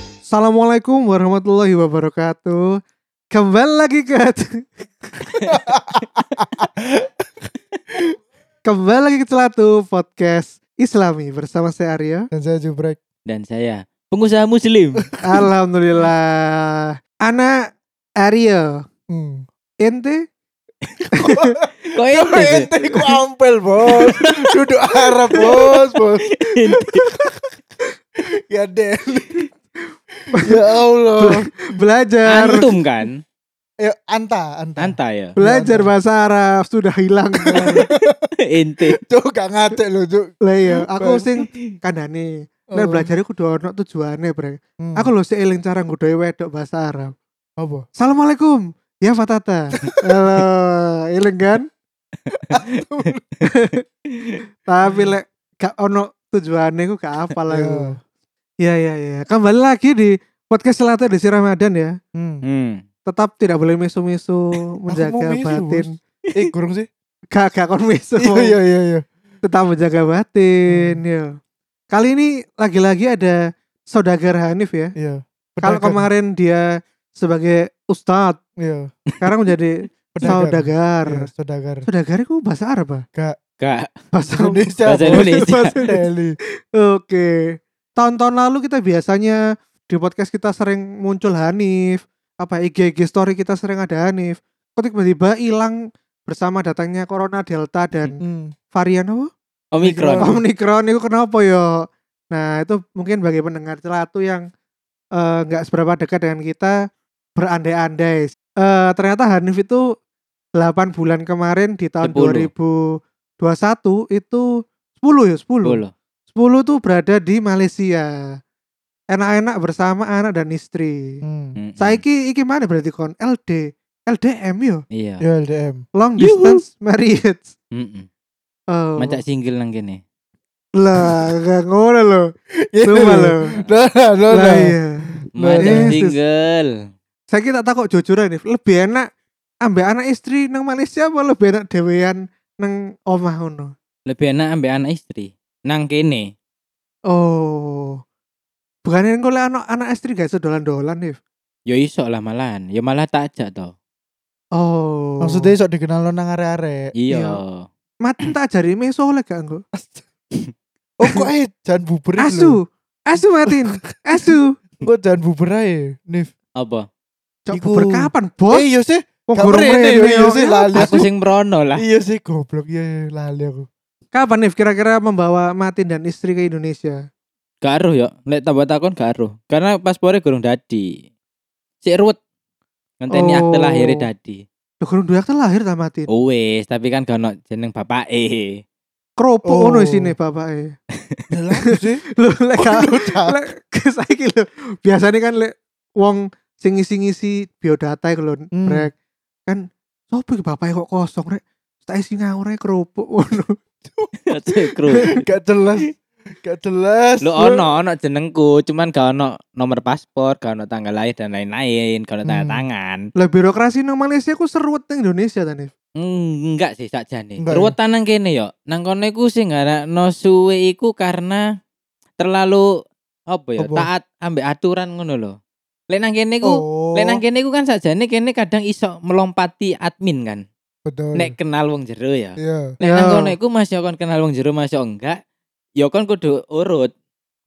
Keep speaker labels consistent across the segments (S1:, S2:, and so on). S1: Assalamualaikum warahmatullahi wabarakatuh. Kembali lagi ke Kembali lagi ke Celatu Podcast Islami bersama saya Arya.
S2: Dan saya Jubrek.
S3: dan saya pengusaha muslim.
S1: Alhamdulillah. Anak Arya,
S2: Hmm.
S1: ente
S3: Kok ente sih?
S2: Ente ku ampel bos. Duduk Arab bos bos.
S3: Ente.
S2: Ya Den. ya Allah.
S1: belajar
S3: Antum kan?
S2: Ayo Anta, Anta.
S3: Anta ya.
S1: belajar bahasa Arab sudah hilang.
S3: Ente.
S2: Cuk gak ngate lho Cuk. Oh.
S1: Lah iya, aku sing kandhane. Nek belajar aku ono tujuane, Brek.
S2: Hmm.
S1: Aku lho sik eling cara nggodhoi wedok bahasa Arab.
S2: apa?
S1: Assalamualaikum. Ya Fatata. Halo, eling kan? Tapi
S2: Hmm.
S1: lek gak ono tujuannya ku gak apa lah.
S2: Iya.
S1: Ya ya ya. Kembali lagi di podcast Selatan Desi Ramadan ya.
S2: Hmm.
S3: Hmm.
S1: Tetap tidak boleh misu-misu
S2: mau
S1: menjaga
S2: misu,
S1: batin.
S2: Eh gurung sih.
S1: Gak gak kon misu.
S2: Iya iya Hmm. iya iya.
S1: Tetap menjaga batin ya. Kali ini lagi-lagi ada saudagar Hanif ya.
S2: Iya.
S1: Kalau
S2: Pedagang.
S1: kemarin dia sebagai ustadz,
S2: iya.
S1: sekarang menjadi
S2: Iya,
S1: saudagar.
S2: saudagar.
S1: Saudagar itu bahasa Arab apa?
S3: Gak.
S1: Bahasa
S2: Indonesia.
S3: Bahasa
S2: bos.
S3: Indonesia.
S2: Bahasa Delhi.
S1: Oke. Tahun-tahun lalu kita biasanya di podcast kita sering muncul Hanif, apa IG IG story kita sering ada Hanif. Kok tiba-tiba hilang bersama datangnya Corona Delta dan
S2: Hmm.
S1: varian apa?
S3: Omikron.
S1: Omikron itu kenapa ya? Nah, itu mungkin bagi pendengar celatu yang eh, nggak seberapa dekat dengan kita berandai-andai. Eh, ternyata Hanif itu 8 bulan kemarin di tahun
S3: 10.
S1: 2021 itu 10 ya, 10.
S3: Dulu.
S1: 10 tuh berada di Malaysia. Enak-enak bersama anak dan istri.
S2: Hmm.
S3: Mm-mm.
S1: Saiki iki mana berarti kon LD LDM yo,
S3: Iya.
S2: Yo LDM.
S1: long
S3: Yuhu.
S1: distance marriage.
S3: Mm-mm.
S1: Oh.
S3: Macak single nang kene.
S1: Lah, gak ngono lo. Cuma lo.
S2: Nah, nah, nah,
S1: Lah
S2: nah.
S1: iya.
S3: Macak
S1: Yesus.
S3: single.
S1: Saiki tak takok jujur nih, lebih enak ambek anak istri nang Malaysia apa lebih enak dhewean nang omah ngono?
S3: Lebih enak ambek anak istri. Nang kene.
S1: Oh. Bukannya engko lek anak anak istri gak iso dolan-dolan, Nif.
S3: Yo iso lah malahan. Yo malah tak ajak to.
S1: Oh.
S2: Maksudnya sok dikenal lo nang arek-arek.
S3: Iya.
S1: Iya. mati tak jari meso oleh gak engko?
S2: Oh kok eh jangan buber iki lho.
S1: Asu, asu Martin, asu.
S2: Kok jangan buber ae, Nif.
S3: Apa?
S1: Cok
S2: Iku-
S1: bubar kapan, Bos?
S2: Eh iya sih,
S1: Wong
S2: gak
S1: gorong
S2: merene,
S1: rene, ya.
S2: iya
S1: yo.
S2: sih lali
S3: Aku
S2: aku.
S3: sing merono lah.
S2: Iya sih goblok iya iya, lali aku.
S1: Kapan nih kira-kira membawa Martin dan istri ke Indonesia?
S3: Gak aruh yo. Lek tambah takon gak aruh. Karena paspore gurung dadi. Sik ruwet. Ngenteni akte
S1: Oh.
S3: lahir dadi.
S1: Duh, kurang dua akte lahir ta Martin.
S3: Oh, Wes, tapi kan gak ono jeneng bapake.
S1: Keropok
S2: Oh.
S1: ngono isine bapake.
S2: Lah sih.
S1: Lho lek gak-
S2: Aduh, Cak.
S1: lek saiki lho. Biasane kan lek wong sing ngisi-ngisi biodata iku lho,
S2: Hmm.
S1: Rek. Kan sopo iki bapake kok kosong, Rek? Tak isi ngawur ae keropok ngono.
S3: Cek, Kru.
S2: Gak jelas. Gak jelas.
S3: Lu ono ono jenengku, cuman gak ono nomor paspor, gak ono tanggal lahir dan lain-lain, gak ono tanda
S2: Hmm.
S3: tangan.
S1: Lah birokrasi nang Malaysia ku seruwet nang Indonesia ta, Nif?
S3: Mm, enggak sih sakjane.
S2: Enggak ya?
S3: Ruwetan nang kene yo. Nang kono iku sing no suwe iku karena terlalu apa ya?
S2: Apa?
S3: Taat ambek aturan ngono lho. Lek nang kene iku,
S2: Oh.
S3: lek nang kene iku kan sakjane kene kadang iso melompati admin kan.
S2: betul.
S3: Nek kenal wong jero ya.
S2: Iya.
S3: Nek
S1: Ya.
S3: nang kono iku masih kon kenal wong jero masih enggak. Ya kon kudu urut.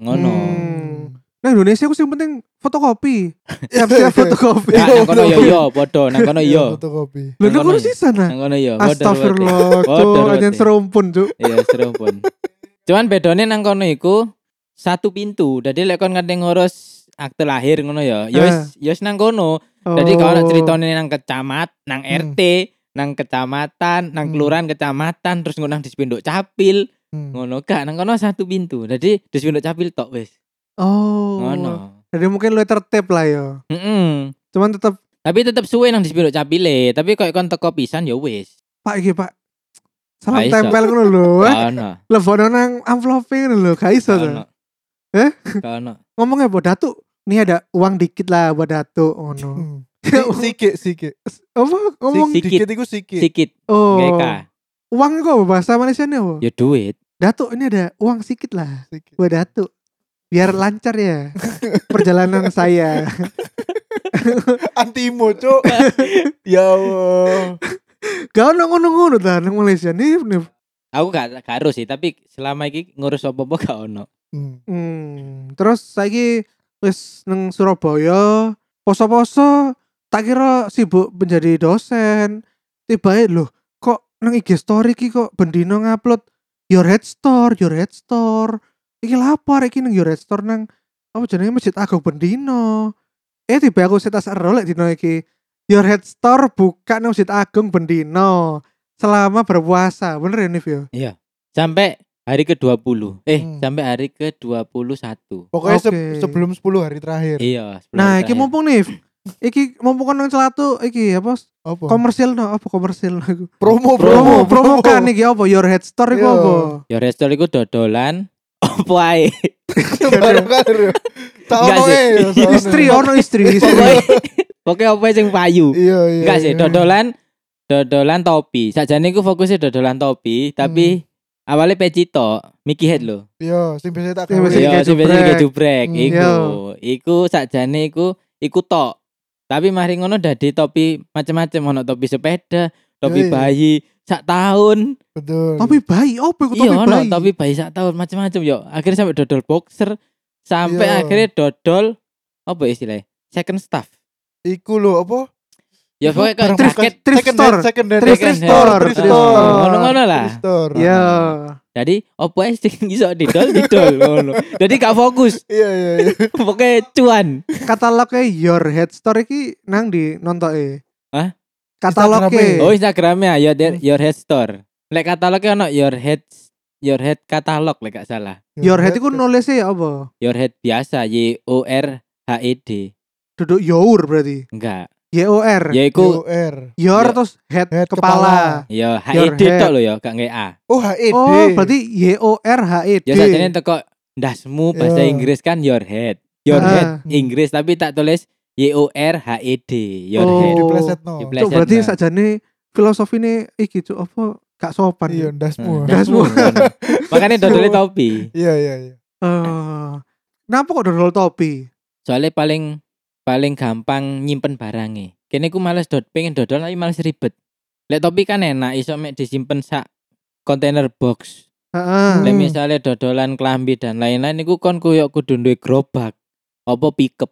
S3: Ngono.
S1: Hmm. Nah Indonesia aku sing penting fotokopi. Siap-siap fotokopi.
S3: Nah, nang kono yo
S2: Iya.
S3: yo padha, nang kono
S2: Iya,
S3: yo.
S2: Fotokopi.
S1: Lho nek
S3: Nang kono
S1: kursi sana.
S3: Nang kono ya.
S1: Astagfirullah,
S3: Waduh,
S1: cuk,
S3: waduh.
S1: anjen serumpun, cuk.
S3: Iya, serumpun. Cuman bedone nang kono iku satu pintu. Jadi lek kon kate ngurus akte lahir ngono ya. Ya wis ya wis nang kono. Jadi kalau
S1: Eh. Oh.
S3: ceritane nang kecamat, nang
S2: Hmm.
S3: RT, nang kecamatan, nang
S2: Hmm.
S3: kelurahan kecamatan, terus ngono nang dispenduk capil,
S2: Hmm.
S3: ngono gak nang kono satu pintu. Jadi dispenduk capil tok wis.
S1: Oh.
S3: Ngono.
S1: Jadi mungkin lu tertib lah ya.
S3: Mm-mm.
S1: Cuman tetap
S3: Tapi tetep suwe nang dispenduk capile, tapi kok kon teko pisan ya wis.
S1: Pak iki Pak. Salam
S3: Gak iso.
S1: tempel ngono lho. eh.
S3: Gak ono.
S1: Lebono nang amploping ngono lho, gak iso
S3: Gak
S1: tuh.
S3: ono.
S1: Eh?
S3: Gak ono.
S1: Ngomongnya buat Datu, nih ada uang dikit lah buat Datu ngono.
S2: Hmm. Si- Sikit, sikit.
S1: Apa Oh. ngomong?
S3: Sikit.
S2: Dikit iku sikit.
S3: Sikit
S1: Oh.
S3: GK.
S1: Uang itu apa bahasa Malaysia nih apa?
S3: Ya duit.
S1: Datu ini ada uang sedikit lah
S2: Sikit.
S1: buat Datu. biar lancar ya perjalanan saya.
S2: Antimo, cuk. ya Allah.
S1: Gak ono ngono-ngono ta nang Malaysia nih. nih.
S3: Aku gak, gak harus sih, tapi selama ini ngurus apa-apa gak ono.
S2: Hmm.
S1: Hmm, terus saiki wis nang Surabaya poso-poso tak kira sibuk menjadi dosen. Tiba loh kok nang IG story ki kok bendino ngupload your head store, your head store. Iki lapar iki nang your head store nang apa jenenge Masjid Agung Bendino. Eh tiba aku setas rolek dino iki. Your head store buka nang Masjid Agung Bendino selama berpuasa. Bener ya Nif ya?
S3: Sampai hari ke-20. Eh,
S2: Hmm.
S3: sampai hari ke-21.
S2: Pokoknya se-
S1: Oke.
S2: sebelum 10 hari terakhir.
S3: Iya, sebelum
S1: Nah, iki
S3: terakhir.
S1: mumpung Nif. Iki mumpung kan nang celatu iki apa
S2: Apa?
S1: komersil no apa komersil no iku.
S2: promo,
S1: promo promo kan iki apa your head store iku
S2: Iya.
S1: apa
S3: Ya resto iku dodolan opo ae.
S2: Baru-baru. Tahu
S3: Enggak sih.
S2: eh,
S1: istri ono Iya. istri istri
S3: Pokoke pokoke opo ae sing payu.
S2: Iya, iya.
S3: Enggak sih
S2: iya.
S3: dodolan dodolan topi. Sajane iku fokusnya dodolan topi, tapi awalnya peci tok, Mickey Head lho.
S2: Iya, sing biasa tak
S1: Sing
S2: gawe.
S1: biasa
S3: Iya,
S1: kayak
S3: sing biasa
S1: dubrek.
S3: kayak dubrek
S2: Hmm,
S3: iku.
S1: iya.
S3: Iku sakjane iku iku tok. Tapi mari ngono dadi topi macam-macam ono topi sepeda, topi
S2: Iya, iya.
S3: bayi sak tahun.
S2: Betul.
S1: tapi bayi apa iku
S3: Iya
S1: tapi
S3: ono
S1: bayi
S3: topi bayi sak tahun macam-macam yo. Akhirnya sampai dodol boxer, sampai
S2: Iya.
S3: akhirnya dodol apa ya istilahnya? Second staff.
S2: iku lho apa?
S3: Ya pokoknya kayak
S1: Thrift-
S3: jaket
S1: thrift
S2: Second
S1: store.
S2: hand, second hand.
S1: Thrift
S2: Second
S1: store,
S2: hand.
S1: thrift
S2: Thrift store.
S1: store.
S3: Ngono-ngono lah.
S2: Thrift store.
S1: ya
S3: Jadi opo ae sing iso didol didol ngono. Jadi gak fokus,
S2: Iya, iya, iya.
S3: pokoknya cuan.
S1: katalognya your head store iki nang di nontoke
S3: Hah?
S1: katalognya
S2: Instagramnya.
S3: Oh
S1: iya.
S3: Instagramnya ya Dear- your head store. Lek katalognya ono your head your head katalog lek gak salah.
S1: your head iku nulisnya ya apa
S3: Your head biasa Y O R H E D.
S1: duduk your berarti
S3: Enggak.
S1: y
S3: Ya
S1: o r
S3: Yaiku
S2: UR.
S1: your
S3: Yo-
S1: terus head,
S2: Head
S1: kepala.
S3: ya H E
S1: Your
S3: D
S1: head.
S3: tok lho ya, gak nge A.
S2: Oh, HED.
S1: oh berarti y o r h e d
S3: Ya sajane teko ndasmu bahasa
S2: Iya.
S3: Inggris kan your head.
S1: Ah.
S3: Your head Inggris tapi tak tulis Y O R H E D. Your
S1: Oh.
S3: head.
S2: Diplesetno.
S3: Dipleset.
S1: Cuk, berarti
S3: Nah.
S1: sajane filosofi ini iki cuk apa gak sopan
S2: Iya, ndasmu.
S1: Nah. Ndasmu.
S3: Hmm, Makanya dodole topi.
S2: Iya, iya, iya.
S1: Eh, kenapa kok dodol topi
S3: Soalnya paling paling gampang nyimpen barangnya. Kene ku males dod pengen dodol tapi males ribet. Lek topi kan enak iso mek disimpen sak kontainer box.
S1: Heeh.
S3: Lek
S2: Hmm.
S3: misalnya dodolan klambi dan lain-lain iku kon koyo kudu duwe gerobak. Apa pickup?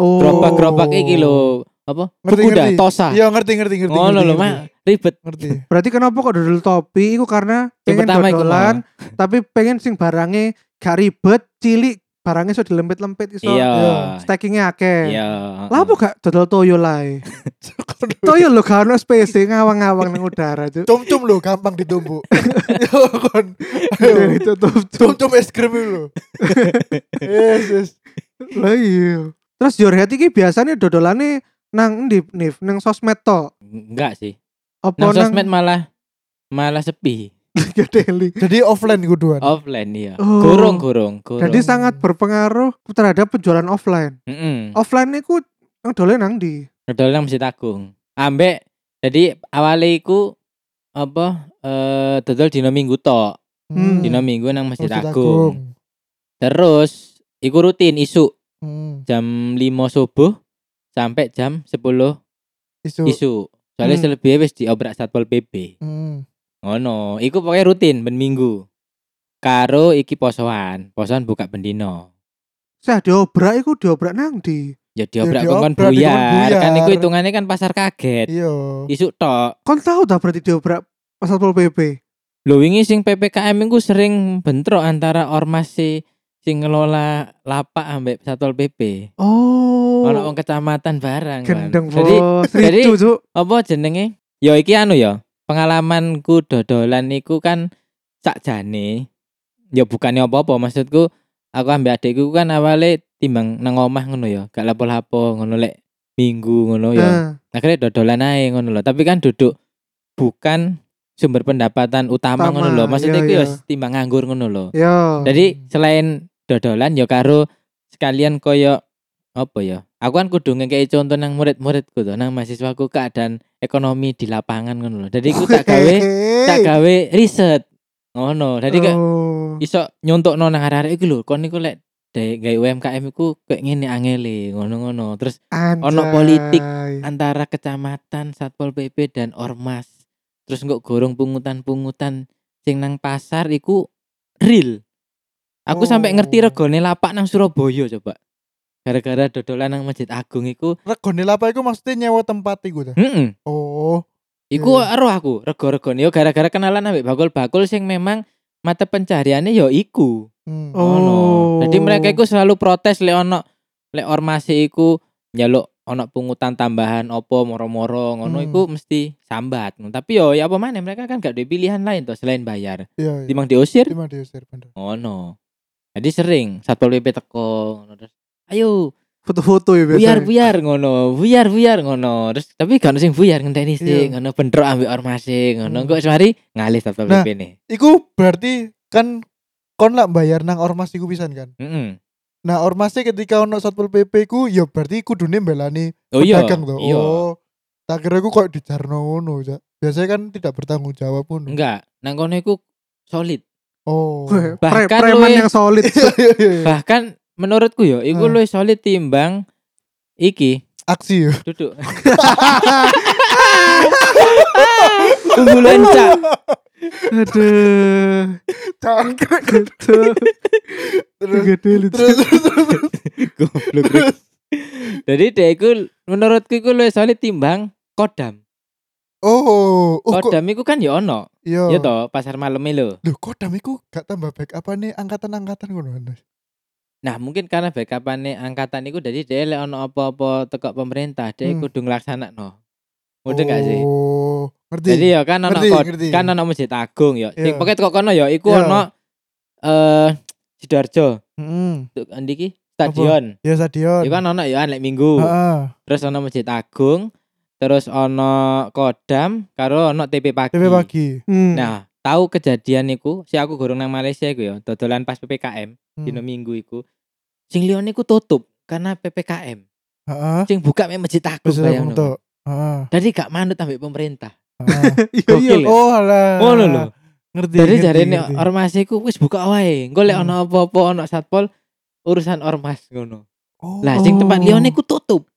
S1: Oh.
S3: Gerobak-gerobak iki lho, apa?
S2: Ngerti,
S3: Kuda
S2: ngerti.
S3: tosa.
S2: Iya, ngerti, ngerti, ngerti.
S3: Ah. Ngono
S2: ngerti,
S3: lho,
S2: ngerti.
S3: Mak. Ribet.
S2: Ngerti.
S1: Berarti kenapa kok dodol topi? Iku karena
S3: Yang
S1: pengen
S3: pertama iku
S1: dodolan, tapi pengen sing barangnya gak ribet, cilik, barangnya iso dilempit-lempit iso
S3: Iya.
S2: iya.
S1: stackingnya akeh.
S3: Iya.
S1: Lah apa gak dodol toyo lae? toyo lho gak ono space ngawang-ngawang nang udara cuk.
S2: Cum-cum lho, gampang ditumbuk. Yo, kon. Ayo.
S1: Jadi tutup cuk.
S2: Cum-cum es krim itu lho. Yes, yes.
S1: Lah iya. Terus your head iki biasanya dodolannya nang endi nif nang sosmed to.
S3: Enggak sih.
S1: Apa
S3: Nang
S1: nang
S3: sosmed malah malah sepi.
S1: Liga Deli?
S2: Jadi offline iku duan.
S3: Offline iya.
S1: Oh.
S3: Gorong, gorong, gorong.
S1: Jadi sangat berpengaruh terhadap penjualan offline.
S3: Heeh.
S1: Offline niku nang dolen nang di.
S3: Dodol nang Masjid Agung. Ambek jadi awalnya iku apa eh dodol dino Minggu tok.
S1: Hmm.
S3: Dino Minggu nang Masjid,
S2: Masjid
S3: Agung. Terus iku rutin isu
S2: Hmm.
S3: jam 5 subuh sampai jam 10
S2: Isu.
S3: isu. Soalnya
S1: Hmm.
S3: selebihnya wis diobrak Satpol PP.
S2: Hmm.
S3: Ngono, iku pokoknya rutin ben Minggu. Karo iki posoan, posoan buka bendino.
S1: Saya diobrak iku diobrak nang di.
S3: Ya diobrak
S2: diobrak,
S3: kongkon
S2: dikon
S3: buyar. Kan iku
S2: buyar.
S3: hitungannya kan pasar kaget.
S2: Iya.
S3: Isu tok.
S1: Kon tahu tak berarti diobrak pas Satpol PP?
S3: Lho wingi sing PPKM iku sering bentrok antara ormas si sing ngelola lapak ambek Satpol PP.
S1: Oh.
S3: Ono wong kecamatan barang. Wan.
S1: gendeng
S3: Jadi
S1: bos.
S3: jadi- oh
S1: Ricu cuk.
S3: apa jenenge? Ya iki anu ya. Pengalamanku dodolan iku kan sakjane ya bukannya apa-apa maksudku aku ambek adikku kan awalnya timbang nang omah ngono ya, gak lapo-lapo ngono lek minggu ngono ya.
S1: Nah,
S3: akhirnya dodolan aja ngono loh tapi kan duduk bukan sumber pendapatan utama,
S1: Utama,
S3: ngono loh
S1: iya,
S3: maksudnya itu
S1: iya.
S3: ya timbang nganggur ngono loh
S1: yo.
S3: jadi selain dodolan ya karo sekalian koyo apa ya aku kan kudu ngekei contoh nang murid-muridku tuh nang mahasiswaku keadaan ekonomi di lapangan ngono loh jadi aku tak gawe tak gawe riset ngono jadi kayak
S1: oh.
S3: iso nyontok nang arek-arek iku lho kon niku lek dek gawe UMKM iku kayak ngene angele ngono-ngono. Terus
S1: Anjay.
S3: ya, Ono politik. antara kecamatan, Satpol PP dan ormas. Terus nggak gorong pungutan-pungutan sing nang pasar iku real. Aku
S1: Oh.
S3: sampai ngerti regone lapak nang Surabaya coba. Gara-gara dodolan nang Masjid Agung iku,
S2: Regone lapa iku maksudnya nyewa tempat iku ta.
S3: heeh.
S2: Oh,
S3: Iku
S2: Iya.
S3: ero aku, rego-regone yo gara-gara kenalan ambek bakul-bakul sing memang mata pencariannya yo iku.
S2: hmm.
S1: Oh.
S3: Ngono. Jadi mereka
S2: Oh.
S3: itu selalu protes lek ono lek ormasi iku nyaluk ono pungutan tambahan opo moro-moro ngono
S2: Hmm.
S3: iku mesti sambat. Tapi yo ya apa maneh mereka kan gak ada pilihan lain toh selain bayar.
S2: iya. iya.
S3: Timbang diusir
S2: Timang diusir bener.
S3: ngono. Jadi sering Satpol PP teko ngono terus ayo
S1: Foto-foto ya
S3: buyar
S1: biasanya.
S3: buyar ngono, buyar buyar ngono. Terus tapi gak ono sing buyar ngenteni sih
S2: Iya.
S3: ngono bentrok ambek ormasi ngono.
S2: Hmm.
S3: Kok semari ngalih Satpol
S2: Nah.
S3: PP nih.
S2: Iku berarti kan kon lak bayar nang ormas iku pisan kan.
S3: Heeh.
S2: Nah, ormasnya ketika ono Satpol PP ku ya berarti kudune mbelani
S3: Oh iya.
S2: pedagang to.
S3: Iya.
S2: Oh. Tak kira iku kok dijarno ngono, Cak. Biasanya kan tidak bertanggung jawab ngono.
S3: Enggak, nang kono iku solid.
S2: Oh.
S1: Weh, pre-
S3: Bahkan
S1: preman
S3: luwe-
S1: yang solid.
S2: Iya, iya, iya.
S3: bahkan menurutku yo iku
S2: Ah.
S3: luwih solid timbang iki
S2: Aksi ya.
S3: duduk unggul encak
S1: Aduh. Gitu.
S2: Terus
S1: Gede lucu.
S2: terus terus, terus.
S3: goblok Rick. jadi dek iku menurutku iku luwih solid timbang kodam
S2: Oh, oh kok Oh.
S3: kodam iku kan yo ono
S2: iya.
S3: ya toh pasar malam e lho
S2: Loh, kodam iku gak tambah baik apa nih angkatan-angkatan ngono Anas?
S3: nah mungkin karena backupane angkatan iku jadi dek lek ono apa-apa tekok pemerintah dek
S2: Hmm.
S3: kudu nglaksanakno Mudeng gak sih?
S2: Oh, ngerti.
S3: Jadi ya kan ono
S2: Ngerti,
S3: kod-
S2: ngerti.
S3: kan ono Masjid Agung ya. Sing
S2: Iya.
S3: pokoke teko kono ya iku
S2: Iya.
S3: ono eh Sidoarjo.
S2: Heeh.
S3: Tuk endi ki? Stadion.
S2: Ya stadion.
S3: Iku kan ono ya lek Minggu.
S2: Heeh.
S3: Terus ono Masjid Agung, terus ono Kodam, karo ono TP pagi.
S2: TV pagi.
S1: Hmm.
S3: Nah, tahu kejadian iku, si aku gorong nang Malaysia iku ya, dodolan pas PPKM
S2: Hmm.
S3: dino Minggu iku. Sing liyan iku tutup karena PPKM.
S2: Heeh.
S3: Sing buka mek Masjid Agung
S2: Terus aku
S3: bayangno.
S2: tuh. Heeh.
S3: Jadi gak manut ambek pemerintah.
S2: heeh.
S1: Iya, iya.
S3: Gokil.
S2: Oh, alah.
S3: Ngono lho.
S2: Ngerti.
S3: Jadi
S2: ngerti,
S3: jarene
S2: ngerti.
S3: ormas iku wis buka wae. Engko lek
S2: Hmm.
S3: ono apa-apa ono satpol urusan ormas ngono.
S2: Oh.
S3: Lah sing tempat liyan iku tutup.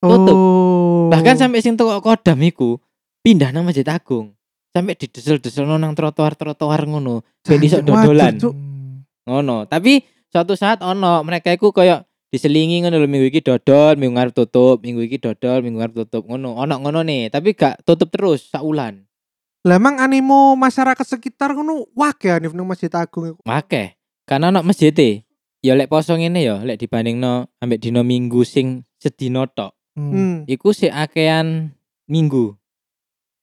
S3: tutup.
S1: Oh.
S3: Bahkan sampai sing teko kodam iku pindah nang Masjid Agung. Sampai didesel-desel nang trotoar-trotoar ngono, ben iso
S1: Jancuk, wajar,
S3: dodolan.
S1: Cuk.
S2: Hmm.
S3: Ngono. Tapi suatu saat ono mereka iku koyo diselingi ngono lho minggu iki dodol, minggu ngarep tutup, minggu iki dodol, minggu ngarep tutup ngono. Ono ngono nih, tapi gak tutup terus saulan.
S1: Lah emang animo masyarakat sekitar ngono wak ya Nif nang Masjid Agung iku.
S3: Makeh. Karena ono masjid e. Ya lek poso ngene ya, lek dibandingno ambek dina Minggu sing sedina tok,
S2: Hmm.
S1: Hmm.
S3: iku sik akean Minggu.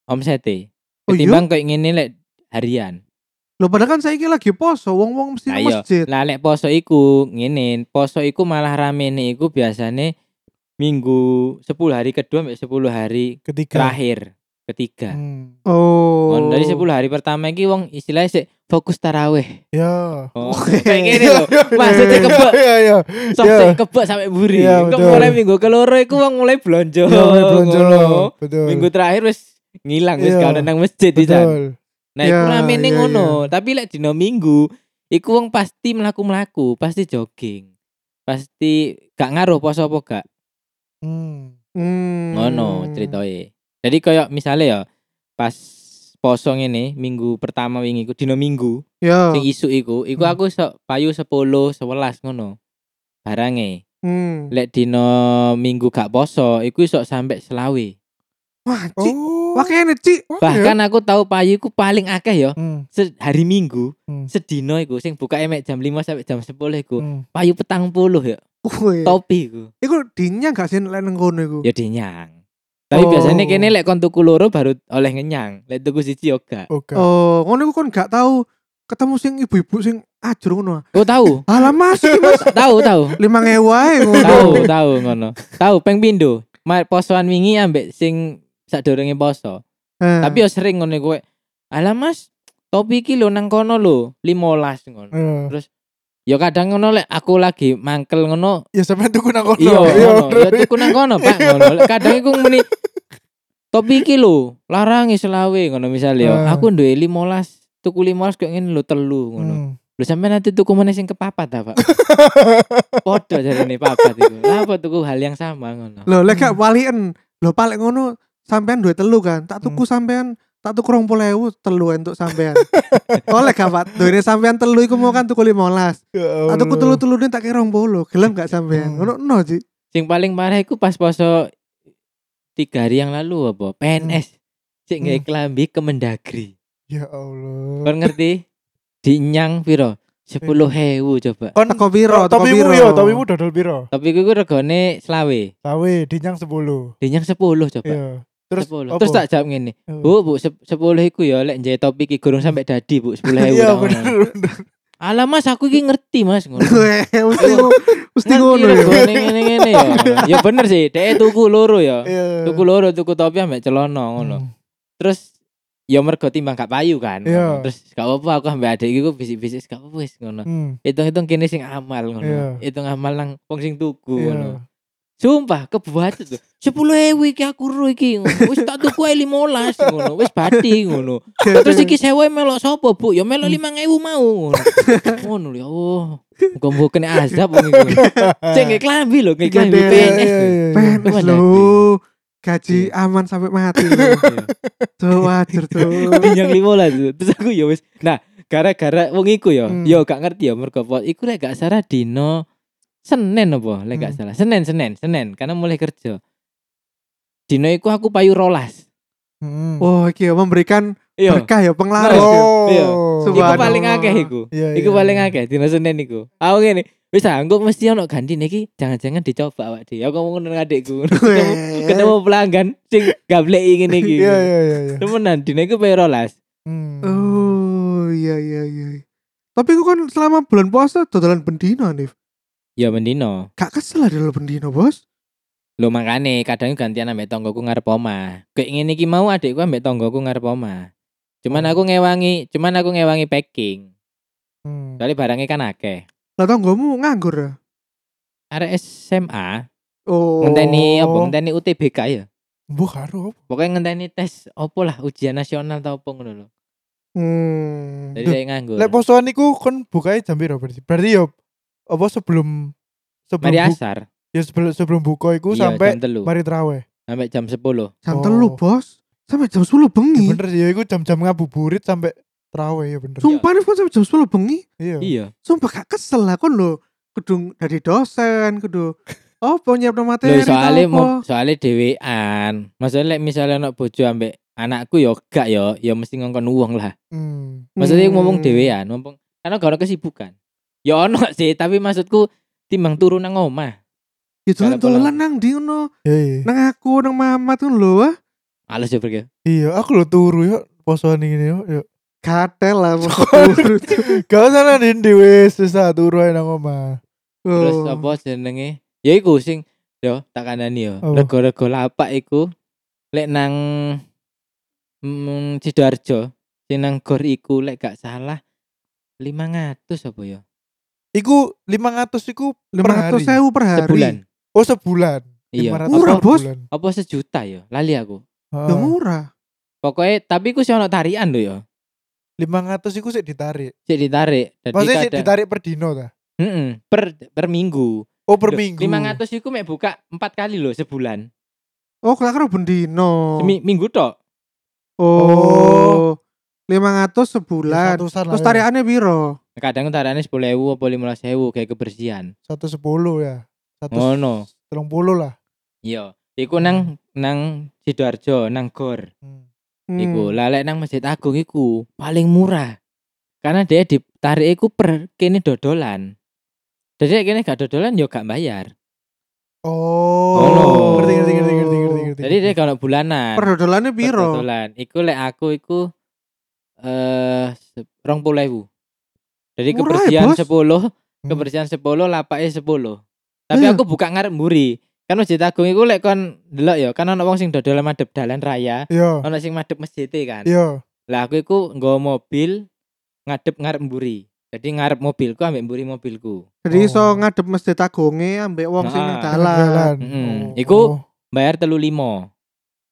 S3: Omsete.
S1: Oh iya?
S3: Ketimbang koyo ngene lek harian.
S1: Loh padahal kan saiki lagi poso, wong-wong mesti
S3: Lah
S1: nang
S3: iya.
S1: masjid.
S3: Lah lek poso iku ngene, poso iku malah ramene iku biasane minggu 10 hari kedua sampai 10 hari
S2: Ketiga.
S3: terakhir, ketiga.
S2: Hmm.
S1: Oh.
S3: Ngono, dari 10 hari pertama iki wong istilahnya sik fokus taraweh.
S2: Ya.
S3: Oh,
S1: Oke.
S3: kayak ngene lho. Maksudnya
S2: Iya,
S3: kebak.
S2: Iya, iya.
S3: Sok
S2: Iya.
S3: sik kebak sampai buri.
S2: Iya,
S3: Engko
S2: betul.
S3: mulai minggu keloro iku wong mulai blonjo.
S2: Iya, mulai blonjo.
S3: Ngono.
S2: Betul.
S3: Oh, Minggu terakhir wis ngilang wis
S2: Iya.
S3: gak ada nang masjid di sana.
S2: Betul.
S3: Nah, iku
S1: Ya,
S3: ramene
S1: iya,
S3: ngono. Tapi lek dina Minggu, iku wong pasti mlaku-mlaku, pasti jogging. Pasti gak ngaruh poso apa gak.
S2: Hmm.
S1: Hmm.
S3: Ngono ceritoe. Jadi koyo misale ya pas poso ngene minggu pertama wingi iku dina Minggu
S1: Ya.
S3: sing isu iku, iku
S2: Hmm.
S3: aku sok payu 10, 11 ngono. Barange.
S1: Hmm.
S3: Lek dina Minggu gak poso, iku sok sampe selawe.
S1: Wah, Ci.
S2: Oh.
S1: Wah kene, Ci.
S2: Wah, ya.
S3: Bahkan aku tahu payu iku paling akeh ya
S2: Hmm.
S3: se- hari Minggu
S2: Hmm.
S3: sedina iku sing buka emek jam 5 sampai jam 10 iku
S2: Hmm.
S3: payu petang puluh ya
S1: Wih.
S3: topi iku
S1: Iku dinya gak sih lek nang kono iku?
S3: ya dinyang tapi
S1: Oh.
S3: biasanya kene lek kon tuku loro baru oleh ngenyang lek tuku siji yoga
S2: Oke.
S1: Oh, ngono iku kon gak tahu ketemu sing ibu-ibu sing ajur ngono.
S3: oh tahu
S1: Alah Mas, iki Mas
S3: tahu tahu
S1: 5000 ae
S3: tahu
S1: ngono. Eh.
S3: tahu ngono tahu peng pindho Ma- posoan wingi ambek sing sadurunge poso
S1: Eh,
S2: Hmm.
S3: tapi yo sering ngono kowe alah mas topi iki lho nang kono lho 15 ngono
S2: Iya.
S3: yo Ya, kadang ngono lek aku lagi mangkel ngono
S2: Ya sampean tuku nang kono.
S3: Iya,
S2: Iya,
S3: ngono.
S2: bener.
S3: Ya tuku nang kono, Pak, ngono. Lek Kadang iku muni topi iki lho, larange selawe ngono misal ya.
S2: Ah.
S3: Aku duwe 15, tuku 15 kok ngene lho telu ngono.
S2: Hmm.
S3: Lu sampe nanti tuku meneh sing kepapat ta, Pak? Podho jarene papat iku. Lah apa tuku hal yang sama ngono.
S1: Loh, lek
S3: Hmm.
S1: gak walien. Loh, paling ngono sampean duwe telu kan.
S3: Hmm.
S1: Tak tuku sampean tak tuku 20.000 telu entuk sampean. oh, lek gak Pak, duwene sampean telu iku mau kan tuku 15.
S2: Ya
S1: Tak tuku
S3: Oh.
S2: Allah.
S1: telu-telune tak kira 20. Gelem gak sampean?
S2: Hmm.
S1: Ngono no, Ji.
S3: Sing paling parah iku pas poso tiga hari yang lalu apa?
S2: Hmm.
S3: PNS. Cek nggak kelambi ke Mendagri.
S2: Ya Allah.
S3: Kon ngerti? Dinyang piro? 10.000 coba.
S2: Kon
S1: Teko piro? Teko piro?
S2: topimu
S3: ya.
S2: yo, topimu dodol piro?
S3: Tapi gue regane selawe.
S2: Tawe dinyang 10.
S3: Dinyang 10 coba.
S2: Iya. Terus
S3: 10.
S2: apa?
S3: Terus tak jawab ngene.
S2: Apa?
S3: Bu, bu, sep- sepuluh iku ya lek njae topi iki gurung sampe dadi, Bu, sepuluh ewu.
S2: Iya
S3: tak ngono.
S2: bener bener.
S3: Alah Mas, aku iki ngerti Mas ngono.
S1: Weh, mesti ngo- mesti ngono
S3: Ngerti
S1: ya.
S3: regane ngene-ngene ya. Ya bener sih, dhek tuku loro ya.
S2: Iya.
S3: Tuku loro, tuku topi ambek celana ngono.
S2: Hmm.
S3: Terus ya mergo timbang gak payu kan.
S2: Iya.
S3: Terus gak apa-apa aku ambek adik iku bisik-bisik gak apa-apa wis ngono.
S2: Hmm.
S3: Hitung-hitung kene sing amal ngono.
S2: Iya.
S3: Hitung amal nang wong sing tuku ngono.
S2: Iya.
S3: Sumpah kebuat tuh. Sepuluh ewu iki aku ro iki. ngono. Wis tak tuku ae 15 ngono. Wis bati ngono. Terus iki sewa e melok sapa, Bu? Ya melok 5000 mau ngono. Ngono ya Allah. Muga mbok kena azab wong iku. Cek nggih klambi lho, nggih klambi
S1: Iya,
S2: Iya,
S3: PNS.
S2: iya,
S3: lho.
S2: iya.
S1: PNS
S3: Cuma
S1: lho. Gaji
S3: Iya.
S1: aman sampai mati. Tuh wajar tuh.
S3: Yang 15 tuh. Terus aku ya wis. Nah, gara-gara wong iku ya,
S2: Hmm.
S3: ya gak ngerti ya mergo apa. Iku lek gak salah dino Senin apa? Lek gak salah.
S2: Hmm.
S3: Senin, Senin, Senin karena mulai kerja. Dino iku aku payu rolas.
S2: Hmm.
S1: Wah, iki ya, memberikan
S3: Iya.
S1: berkah ya penglaris. ya.
S2: Oh.
S3: Iya. Iku
S1: Subhanallah.
S3: paling akeh iku.
S2: Iya,
S3: Iku
S2: iya,
S3: paling
S2: iya.
S3: akeh dina Senin iku. Aku ngene, wis angguk mesti ono gandine iki, jangan-jangan dicoba Ya, awak dhewe. Aku ngomong nang adikku. Ketemu- Ketemu pelanggan sing gableki ngene iki.
S2: Eh. Iya iya iya iya.
S3: Temenan dina iku perolas.
S2: Hmm.
S1: Oh, iya iya iya. Tapi aku kan selama bulan puasa dodolan bendino nih.
S3: Ya mendino.
S1: Gak kesel lah dodolan bendino, Bos.
S3: Lho makane kadang gantian ambek tonggoku ngarep omah. Kayak ngene iki mau adikku ambek tonggoku ngarep omah. Cuman aku ngewangi, cuman aku ngewangi packing.
S2: Hmm.
S3: Kali barangnya kan akeh.
S1: Lah tanggamu nganggur ya?
S3: Arek SMA,
S1: Oh.
S3: ngenteni apa? Ngenteni UTBK ya.
S2: Mbok karo apa?
S3: Pokoknya ngenteni tes opo lah ujian nasional tau apa ngono lho.
S1: Hmm.
S3: Jadi
S2: Duh,
S3: saya nganggur.
S2: Lek posoan niku kon bukae jam piro berarti? Berarti yo apa sebelum sebelum
S3: Mari
S2: bu-
S3: asar.
S2: ya sebelum sebelum buka iku
S3: Iya,
S2: sampai
S3: jam telu.
S2: mari traweh.
S3: Sampai jam 10.
S1: Jam
S2: Oh.
S1: telu, Bos. Sampai jam 10 bengi.
S2: Ya bener sih, ya iku jam-jam ngabuburit sampai traweh ya bener.
S1: Sumpah nih, kan sampai jam 10 bengi.
S2: Iya.
S3: Iya.
S1: Sumpah gak kesel lah kon lho. Kudu dari dosen, kudu apa nyiapno
S3: Lho
S1: materi
S3: soalnya
S1: tau apa.
S3: mau soalnya dhewean. Maksudnya like, misalnya anak bojo ambek anakku ya gak ya, ya mesti ngongkon uang lah.
S2: Hmm.
S3: Maksudnya ngomong
S1: Hmm.
S3: dhewean, ngomong karena gak ada kesibukan. Ya ono sih, tapi maksudku timbang turun nang omah.
S1: Ya dolan-dolan
S3: Jalan-jalan.
S1: nang ndi ngono?
S2: Iya, iya.
S1: Nang aku, nang Mamat ngono lho. ah.
S3: Males ya pergi.
S2: Iya, aku lo turu yo posoan ini yo. yo.
S1: Gatel lah maksudku.
S2: Gak usah nanti dewe susah turu ae nang omah.
S3: Terus
S1: Oh.
S3: apa jenenge? Ya iku sing yo tak kandani yo.
S2: Apa?
S3: Rego-rego lapak iku lek nang mm, Sidoarjo, sing nang gor iku lek gak salah 500 apa ya?
S2: Iku 500 iku per hari.
S1: 500 ewu per hari.
S3: Sebulan.
S2: Oh sebulan.
S3: Iya.
S2: 500
S1: Murah,
S2: per
S1: Bos.
S2: bulan.
S3: Apa sejuta yo? Lali aku.
S1: Ya
S2: Heeh.
S1: murah.
S3: Pokoknya tapi ku sih ono tarian lho yo.
S2: 500 iku sik ditarik.
S3: Sik ditarik. Dadi
S2: Maksudnya sik
S3: kadang-
S2: ditarik per dino ta?
S3: Mm-mm, per per minggu.
S2: Oh per minggu.
S3: 500 iku mek buka 4 kali lho sebulan.
S1: Oh, kira kira bendino.
S3: Semi- minggu tok.
S1: Oh. 500 sebulan.
S2: Ratusan lah
S1: Terus
S2: ya.
S1: tarikannya biro.
S3: Kadang tarane 10.000 apa 15.000 kayak kebersihan.
S2: 110 ya. 130
S3: Ngono.
S2: lah.
S3: Iya, iku nang nang Sidoarjo, nang Gor.
S2: Hmm.
S1: Hmm.
S3: Iku lah lek nang Masjid Agung iku paling murah. Karena dia ditarik iku per kene dodolan. Jadi kene gak dodolan yo gak bayar. Ngono.
S2: Oh. Ngerti ngerti ngerti ngerti ngerti ngerti.
S3: Jadi
S1: Iya.
S3: dia kalau bulanan. per
S1: Perdodolannya biro.
S3: Dodolan. Iku lek aku iku eh se- 20.000. Jadi
S1: Murah ya,
S3: kebersihan
S1: Bos.
S3: 10
S2: Hmm.
S3: kebersihan 10 lapake 10 tapi
S1: Eh.
S3: aku buka ngarep mburi kan masjid agung iku lek kon delok ya kan ana wong sing dodolan madhep dalan raya
S2: Iya.
S3: ana sing madhep masjid kan
S2: Iya.
S3: lah aku iku nggawa mobil ngadep ngarep mburi jadi ngarep mobilku ambek mburi mobilku
S1: Jadi iso
S2: Oh.
S1: ngadep masjid agungnya ambek wong sing nang
S3: Nah.
S1: dalan.
S3: Mm-mm.
S2: Oh.
S3: Iku bayar telu limo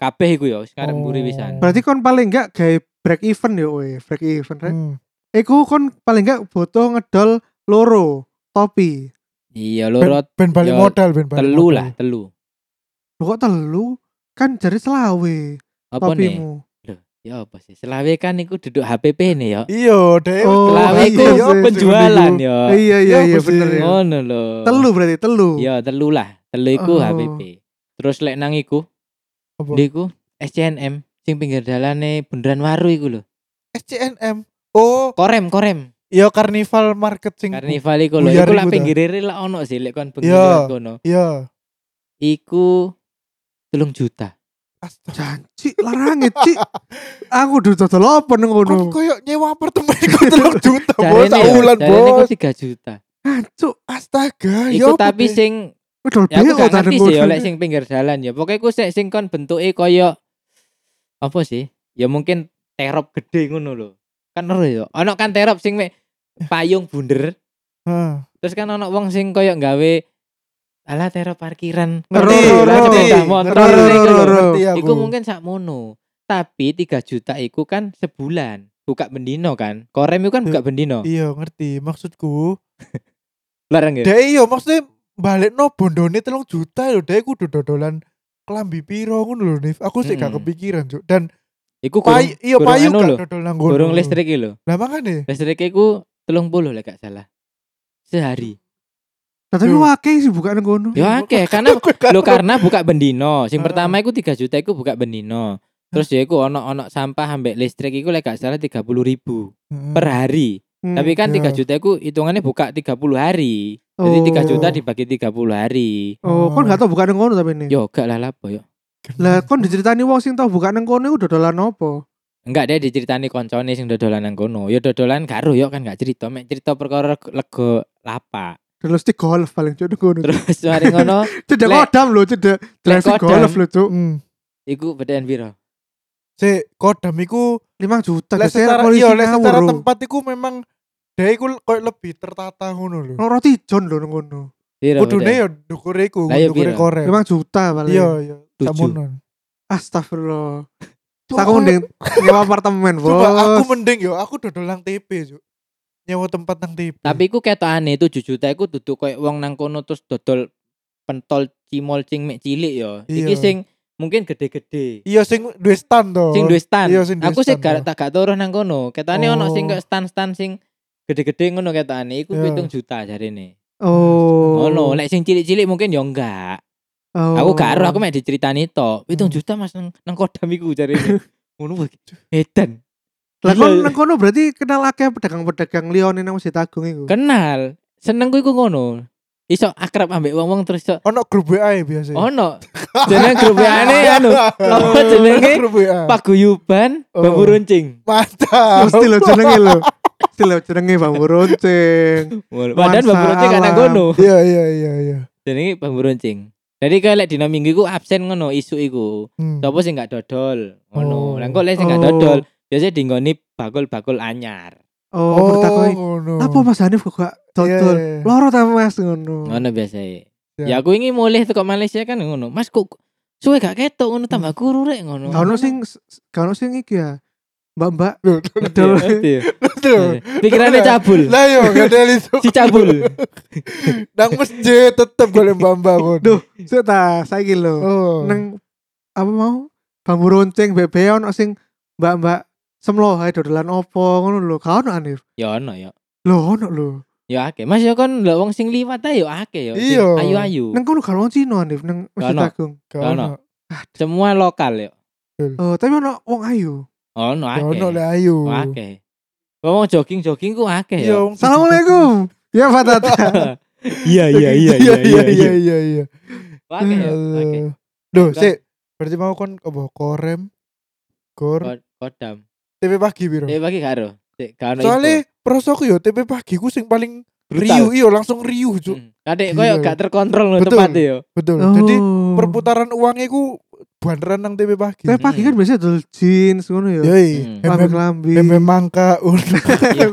S3: kabeh iku ya wis ngarep mburi
S2: Oh.
S3: pisan
S1: Berarti kon paling enggak gawe break even ya, we. Break even, rek.
S2: Hmm.
S1: iku kon paling enggak butuh ngedol loro topi.
S3: Iya loro
S2: ben balik
S3: Yo,
S2: modal ben balik
S3: telu
S2: modal.
S3: lah, telu.
S1: Lho kok telu? Kan jari selawe
S3: Apa nih?
S1: topimu.
S3: Ya apa sih? Selawe kan iku duduk HPP nih ya.
S2: iya deh
S1: Oh,
S3: Selawe
S1: iya,
S3: iku
S1: iya,
S3: penjualan ya.
S1: Iya iya
S2: Ya,
S1: iya
S2: apa sih?
S1: bener ya.
S3: Ngono lho.
S1: Telu berarti telu.
S3: Ya telu lah, telu iku
S1: Oh.
S3: HPP. Terus lek nang iku,
S2: Apa?
S3: ndi iku SCNM sing pinggir dalane bundaran Waru iku lho.
S2: SCNM oh
S3: Korem, korem.
S2: iya karnival market sing
S3: Karnival iku lho. Iku
S2: buyar
S3: lak
S2: iku ta.
S3: pinggire lak ono sih lek kon bengi
S2: Iya.
S3: kono.
S2: iya
S3: Iku telung juta.
S2: astaga
S1: Janji larange, Cik. Aku duduk dodol apa nang ngono?
S2: Kon koyo nyewa apartemen kok telung juta bos
S3: Jarene yo,
S2: saulan
S3: jarene iku
S2: bos
S3: 3 juta.
S1: Ancuk, Ah,
S2: astaga ya
S1: iya
S3: Iku
S2: yo
S3: tapi sing
S1: dodol
S3: ya aku
S1: beo
S3: gak
S1: ta
S3: ngerti
S1: nang
S3: sih ya
S1: ngono.
S3: lek sing pinggir jalan ya pokoknya aku sik sing kon bentuke koyo apa sih ya mungkin terop gede ngono lho kan ero ya ono kan terop sing mek payung bunder terus kan ono wong sing koyo gawe ala terop parkiran
S1: Ngerti, ngerti,
S3: sepeda motor
S1: ngerti,
S3: sing iku lho.
S1: ngerti, ngerti
S3: iku mungkin sakmono tapi 3 juta iku kan sebulan buka bendino kan korem iku kan buka bendino
S2: iya ngerti maksudku
S3: larang ya
S2: deh yo maksudnya balik no bondone telung juta ya lho deh kudu dodolan kelambi piro ngono lho Nif aku sih gak
S3: Mm-mm.
S2: kepikiran cuk dan
S3: iku
S2: payu
S3: kurung,
S2: iya
S3: gurung
S2: payu
S3: anu lho.
S2: gak dodol nang ngono
S3: gorong
S2: lho.
S3: listrik iki lho
S2: lah ya? makane
S3: listrik iku 30 lek gak salah sehari
S1: Lah tapi wake sih buka nang ngono.
S3: ya akeh
S1: Nah,
S3: karena
S2: Aku gak
S3: lo
S2: tau.
S3: karena buka bendino sing
S2: Heeh.
S3: pertama iku 3 juta iku buka bendino terus ya iku ono ono sampah ambek listrik iku lek gak salah 30 ribu
S2: Mm-mm.
S3: per hari
S1: Hmm.
S3: tapi kan 3
S2: iya.
S3: juta iku hitungannya buka 30 hari jadi 3
S1: Oh.
S3: juta dibagi 30 hari
S1: Oh, kon gak tau buka nang ngono tapi ini.
S3: yo gak lah lapo yo
S1: Lah kon diceritani wong sing tau buka nang kono iku dodolan apa?
S3: Enggak deh diceritani koncone sing dodolan nang kono. Yo dodolan karo yo kan gak cerita, mek cerita perkara lego lapak.
S1: Dodolan stick golf paling cuk nang kono.
S3: Terus mari ngono
S1: Cedek
S3: Lek-
S1: kodam lho, cedek driving
S3: kodam.
S1: golf lho, cuk.
S2: Mm.
S3: iku bedaan piro?
S2: Sik, kodam iku
S1: 5 juta
S2: lek
S1: geser
S2: secara
S1: polisi
S2: iya lek
S1: ngawur,
S2: secara
S1: bro.
S2: tempat iku memang deh iku koyo lebih tertata ngono lho.
S1: Nang roti john lho nang ngono.
S3: Piro
S2: Kudune
S3: bedaan?
S2: ya dukure iku,
S3: Iya, Lah, iya,
S2: dukure
S3: piro?
S2: korek.
S1: 5 juta paling.
S2: Iya, iya.
S3: Tujuh.
S2: Samono.
S1: Astagfirullah.
S2: Cuk,
S1: Aku
S2: aku-
S1: mending nyewa apartemen, Bos.
S2: Coba aku mending yo aku dodol nang TP, Cuk. Nyewa tempat nang TP.
S3: Tapi iku ketokane 7 juta iku duduk koyo wong nang kono terus dodol pentol cimol cing mek cilik yo. Iki
S2: Iya.
S3: sing mungkin gede-gede.
S2: iya sing duwe stand to.
S3: Sing duwe stan.
S2: Iya, sing duwe
S3: Aku sih
S2: stand,
S3: gak
S2: iya.
S3: tak gak turun nang kono. Ketokane ono sing
S2: Oh.
S3: koyo stan-stan sing gede-gede ngono ketokane iku
S2: Iya.
S3: 7 juta jarene.
S1: Oh.
S3: Ono lek sing cilik-cilik mungkin yo enggak.
S1: Oh.
S3: Aku gak ero aku mek diceritani tok. 7 juta Mas nang nang kodam iku jarene. Ngono wae. Edan.
S1: Lah kon
S3: Gila.
S1: nang kono berarti kenal akeh pedagang-pedagang Lyon nang Masjid Agung iku.
S3: Kan Kenal. Senengku iku ngono. Iso akrab ambek wong-wong terus iso
S2: Ono grup WA ya biasa.
S3: ono jeneng grup WA-ne Oh, anu apa jenenge?
S2: Ono Oh. grup WA.
S3: paguyuban
S2: Oh.
S3: bambu runcing.
S1: Oh,
S2: Mantap.
S1: Mesti lho jenenge lho. Mesti lho jenenge Bang Runcing.
S3: Padahal bambu runcing
S1: alam.
S3: kan ngono.
S2: Iya, iya, iya, iya.
S3: Jenenge bambu runcing. Jadi kalau lek dina minggu iku absen ngono isu iku.
S2: Hmm.
S3: Sopo sing gak dodol? Ngono.
S2: Oh.
S3: Lah kok lek sing gak
S1: Oh.
S3: dodol, biasanya dinggoni bakul-bakul anyar.
S1: Oh,
S2: Oh,
S1: bertakoi.
S2: ngono.
S1: Apa Mas Hanif kok gak
S2: Iya,
S1: dodol?
S2: iya, iya.
S1: Loro ta Mas ngono.
S3: Ngono biasanya.
S2: Hmm.
S3: Ya
S2: Ya.
S3: aku ini mulih teko Malaysia kan ngono. Mas kok suwe gak ketok ngono tambah
S2: Hmm.
S3: kuru rek ngono. Ya,
S1: Gak ono sing gak ono sing iki ya. Mbak-mbak
S2: Lho, lho,
S1: ngedol.
S2: lho.
S3: Iya. Pikirannya cabul.
S2: Lah yo gak ada lisuk.
S3: Si cabul.
S2: Nang masjid tetep golek mbak-mbak ngono.
S1: Duh, sik ta saiki lho.
S2: Oh.
S1: Nang apa mau? Bambu runcing bebe ono sing mbak-mbak semlo hae dodolan opo ngono lho. Gak ono Hanif.
S3: Ya ono ya.
S1: Lho ono lho.
S3: Ya akeh. Mas ya kon lho wong sing liwat ae ya akeh ya. Sing
S2: Iya.
S3: Ayu-ayu.
S1: Nang kono gak ono Cina Hanif nang Masjid
S3: Gak ono.
S1: Agung.
S2: Gak
S3: Gak
S2: ono.
S3: Semua lokal ya.
S1: Oh, tapi ono wong ayu.
S3: Ono
S2: Gak
S3: akeh.
S2: Ya Ono le ayu.
S3: Oh, Akeh. Wong jogging jogging ku akeh
S2: Iya,
S3: ya.
S2: wong-
S1: Assalamualaikum. Ya Pak Tata.
S3: Iya
S2: iya iya iya.
S3: Akeh ya. Akeh.
S2: Alah. Duh,
S3: Kan-
S2: sik. Berarti mau kon apa korem? Gor
S3: Ko- Kodam.
S2: TP pagi biro.
S3: Eh bagi karo. Sik gak ono.
S2: Soale prosoku yo TP pagi ku sing paling riuh iyo langsung riuh
S3: Hmm.
S2: cuk.
S3: Kadek koyo
S2: Gila.
S3: gak terkontrol lho
S2: Iya. Betul.
S3: tempatnya yo.
S2: Betul.
S1: Oh.
S2: Jadi perputaran uangnya ku banderan nang TP pagi.
S1: Tapi pagi kan biasanya dol jeans ngono ya.
S2: Yoi.
S3: Hmm.
S2: MM
S1: Lambi-lambi.
S2: MM mangka uno.
S3: Iya.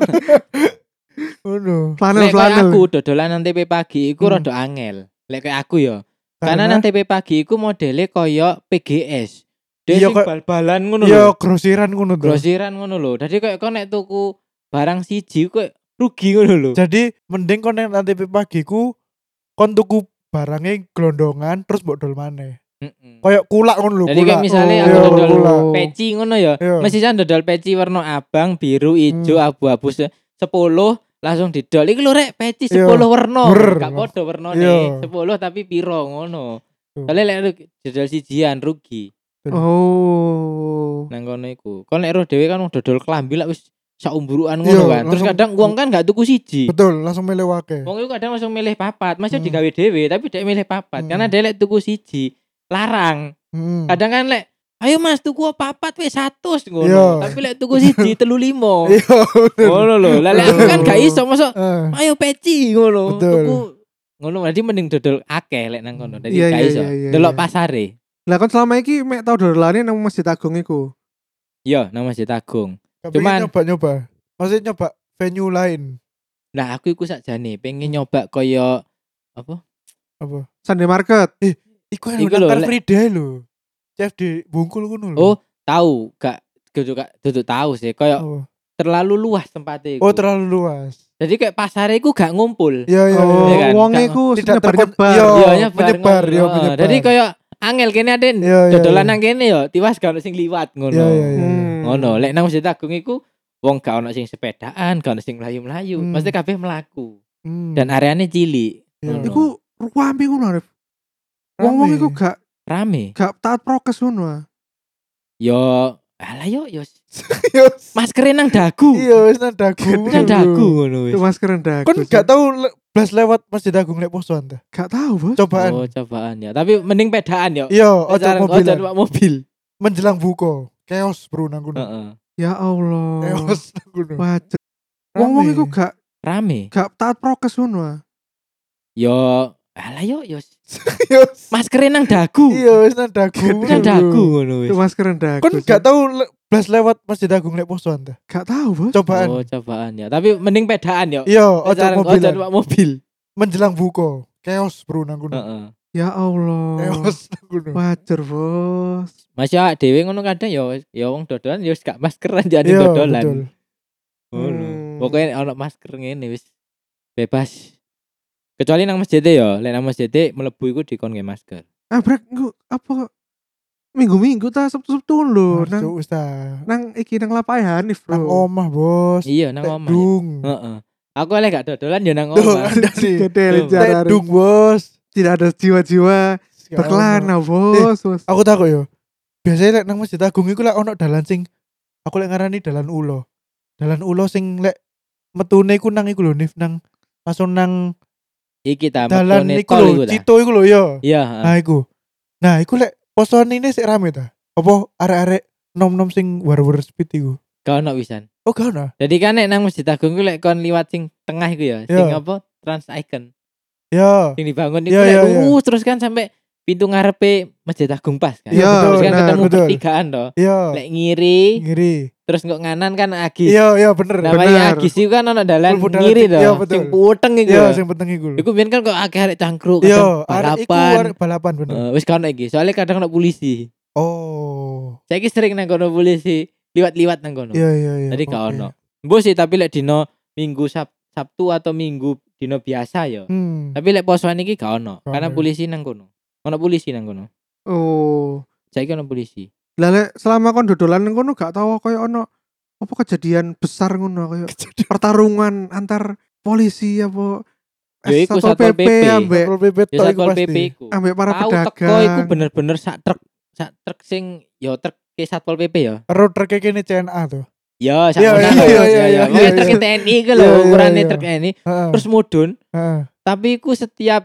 S2: Uno.
S1: Flanel
S3: Lek koyo
S1: flanel.
S3: aku dodolan nang TP pagi iku
S2: Hmm.
S3: rada angel. Lek koyo aku yo. Karena nang TP pagi iku modele koyo PGS. Dia sing
S2: Iya, kok-
S3: bal-balan ngono lho.
S2: yo grosiran ngono to.
S3: Grosiran ngono lho. Dadi koyo konek tuku barang siji kok rugi ngono lho.
S2: Gitu. Jadi mending kon nang TP pagiku kon tuku barangnya gelondongan terus mbok dol maneh.
S3: Heeh.
S2: Kayak kulak ngono lho,
S3: Jadi kayak
S2: kulak.
S3: misalnya
S2: Oh,
S3: aku
S2: iya,
S3: dodol
S2: kulak.
S3: peci ngono ya.
S2: Iya. Hmm.
S3: Mestinya dodol peci warna abang, biru, ijo, abu-abu se- 10 langsung didol. Iki lho rek peci
S2: Iya.
S3: 10 warna.
S2: Ber.
S3: Gak padha
S2: Iya.
S3: warnane. 10 tapi piro ngono.
S2: Tuh.
S3: Soale lek rug- dodol sijian rugi
S1: Oh.
S3: nang kono iku. Kon lek roh dhewe kan wong dodol klambi lak wis saumburukan
S2: Iya,
S3: ngono kan. Terus
S2: langsung-
S3: kadang wong kan gak tuku siji.
S2: Betul, langsung melewake.
S3: Wong iku kadang langsung milih papat, masih
S2: Hmm.
S3: digawe dhewe tapi dek milih papat
S2: Hmm.
S3: karena dek lek tuku siji larang.
S2: Hmm.
S3: Kadang kan lek ayo Mas tuku papat wis 100 ngono.
S2: Iya.
S3: Tapi lek tuku siji 35.
S2: Iya. bener.
S3: Ngono lho. Lah lek aku kan gak iso mosok
S2: Eh,
S3: ayo peci ngono.
S2: Betul.
S3: Tuku ngono jadi mending dodol akeh lek nang kono. Jadi
S1: Iya,
S3: gak
S1: iya,
S3: iso.
S1: iya, iya,
S3: Delok
S1: iya.
S3: pasare.
S1: Lah kan selama iki mek tau dolane nang Masjid Agung iku.
S3: Yo, Iya, nang Masjid Agung.
S2: gak
S3: Cuman-
S2: pengen nyoba-nyoba. Maksudnya nyoba venue lain.
S3: Nah, aku iku sakjane pengen nyoba koyo apa?
S2: Apa?
S1: Sunday Market.
S2: Iku
S3: Iku lho,
S2: lho Car Free Day lho. Chef di bungkul ngono lho.
S3: Oh, tahu gak Gak gak duduk tahu sih koyo
S2: Apa?
S3: terlalu luas tempatnya iku.
S2: Oh, terlalu luas.
S3: Jadi kayak pasare iku gak ngumpul.
S2: Iya, iya.
S1: Oh,
S2: iya.
S3: Iya kan?
S1: wonge
S3: Gak-
S1: iku
S2: Tidak terkon-
S1: nyebar-nyebar.
S2: Iya,
S3: Yo, nyebar,
S2: menyebar,
S3: ngono.
S2: yo,
S3: Heeh.
S2: menyebar.
S3: Jadi kayak angel kene aden.
S2: Iya, iya,
S3: Dodolan
S2: iya.
S3: nang kene yo tiwas gak ono sing liwat ngono.
S2: Iya, iya, iya.
S1: Hmm.
S3: Ngono, lek nang Masjid Agung iku wong gak ono sing sepedaan, gak ono sing mlayu-mlayu.
S2: Hmm.
S3: Mesti kabeh mlaku.
S2: Hmm.
S3: Dan areane cilik.
S2: Iya.
S3: Ngono.
S1: Iku ruwampi ngono Arif. Wong-wong
S2: Rame.
S1: iku gak
S3: rame.
S1: gak taat prokes ngono. ah.
S3: Yo, alah yo yo
S2: Yo,
S3: maskere nang dagu.
S2: Iya, wis nang dagu.
S3: Nang dagu ngono wis.
S1: Itu masker rendah.
S2: Kon gak tau le- blas lewat Masjid Agung lek posoan ta?
S1: gak tahu, Bos.
S3: Oh,
S2: Cobaan.
S3: cobaan ya. Tapi mending pedaan yo.
S2: Iya, ojo
S3: Sekarang
S2: mobilan.
S3: numpak mobil.
S2: Menjelang buka. Chaos bro nang kono.
S3: Heeh.
S1: Ya Allah.
S2: Chaos nang kono.
S1: Wajah. Wong-wong iku gak
S3: Rame.
S1: gak taat prokes ngono. ah.
S3: Yo, alah yo yo
S2: Yo,
S3: maskere nang dagu.
S2: Iya, wis nang dagu.
S3: Nang dagu ngono wis.
S1: Itu masker rendah. ya.
S2: Kon gak tau le- blas lewat Masjid Agung lek posoan ta?
S1: gak tahu, Bos.
S2: Cobaan.
S3: Oh, cobaan ya. Tapi mending pedaan yo.
S2: Iya, ojo
S3: Sekarang ojo
S2: mobilan.
S3: numpak mobil.
S2: Menjelang buka. Chaos bro nang kono.
S3: Heeh.
S1: Ya
S3: Eh,
S1: Allah.
S2: Chaos nang kono.
S1: Wajar, Bos.
S3: Masih awak dhewe ngono kadang yo yo wong dodolan yo wis gak maskeran jadi
S2: Iya, betul.
S3: dodolan. Ngono.
S1: Hmm.
S3: Pokoknya ono masker ngene wis bebas. Kecuali nang masjid e yo, lek nang masjid mlebu iku dikon nge masker.
S1: Ah, brek nggo apa minggu-minggu ta Sabtu-Sabtu lho
S3: Nah,
S2: Nang
S1: nang nang iki nang lapake Hanif
S2: nang
S1: lho.
S2: omah, Bos.
S3: Iya nang
S2: Tek
S3: omah. yo.
S2: Dung.
S3: Heeh. Aku oleh gak dodolan yo nang
S2: Tuh,
S3: omah.
S2: ada sih.
S1: Gede
S3: Tuh.
S1: jarak.
S2: Dung, Bos.
S1: Tidak ada
S3: Ya
S1: jiwa-jiwa
S2: Gak
S1: berkelana, Bos. Bos.
S2: aku takut yo biasanya lek nang masjid agung iku lek ono dalan sing aku lek ngarani dalan ulo dalan ulo sing lek metune iku nang iku lho nif nang langsung nang
S3: Iki ta
S2: dalan
S3: metone
S2: iku
S3: tol
S2: lho
S3: iku ta.
S2: cito iku lho yo
S3: Iya, heeh.
S2: nah iku nah iku lek posoan ini sik rame ta apa arek-arek nom-nom sing war-war speed iku
S3: gak ono wisan.
S2: oh gak ono
S3: Jadi kan nek nang Masjid Agung ku lek kon liwat sing tengah iku ya, sing
S2: Iya.
S3: apa? Trans Icon.
S2: ya
S3: Sing dibangun iku
S2: Iya,
S3: lek
S2: iya, iya.
S3: lurus terus kan sampai pintu ngarepe Masjid Agung pas kan.
S1: Iya,
S3: terus kan
S1: benar,
S3: ketemu
S2: betul.
S3: pertigaan toh.
S2: ya
S3: Lek ngiri,
S2: ngiri
S3: terus kok nganan kan Agis.
S2: iya iya bener
S1: Nah,
S3: Namanya
S1: benar.
S3: Agis itu kan ono dalan
S2: Full dalan
S3: ngiri
S2: sing-
S3: toh.
S2: iya, betul.
S3: sing puteng iku.
S2: iya
S3: lho.
S2: sing penting iku lho
S3: Iku biyen kan kok akeh arek cangkruk
S2: iya
S3: kadang
S2: arek iku
S3: balapan.
S2: arek balapan bener
S3: Eh, wis kan iki, soalnya kadang ono polisi.
S2: oh
S3: Saiki sering nang kono polisi, liwat-liwat nang kono.
S2: iya iya iya
S3: Tadi gak
S2: oke.
S3: ono. Mbok sih tapi lek dino Minggu Sab- Sabtu atau Minggu dino biasa ya.
S2: hmm.
S3: Tapi lek posoan iki gak ono,
S2: Gak
S3: karena
S2: ono. ya?
S3: polisi nang kono. Ono polisi nang kono.
S1: Oh.
S3: Saiki ono polisi.
S1: Lah lek selama kon dodolan nang kono gak tahu koyo ono apa kejadian besar ngono koyo pertarungan antar polisi apa
S3: Ya, iku
S1: Satpol
S3: Satpol PP.
S1: ambek
S2: Satpol PP
S3: Ya
S2: tok iku
S3: Satpol
S2: pasti.
S3: PP ku.
S1: ambek para
S3: Tahu teko iku
S1: pedagang.
S3: bener-bener sak truk sak truk sing ya truk ke Satpol PP ya.
S2: Road track kene CNA Ah, tuh.
S3: Ya sak
S2: Iya,
S3: ngono
S2: iya,
S3: ya,
S2: iya,
S3: ya,
S2: iya,
S3: ya.
S2: iya,
S3: Pokoknya
S2: iya.
S3: truk TNI iku lho
S2: Iya, iya,
S3: ukurane
S2: iya.
S3: truk ini
S2: Heeh.
S3: terus mudun,
S2: heeh,
S3: tapi iku setiap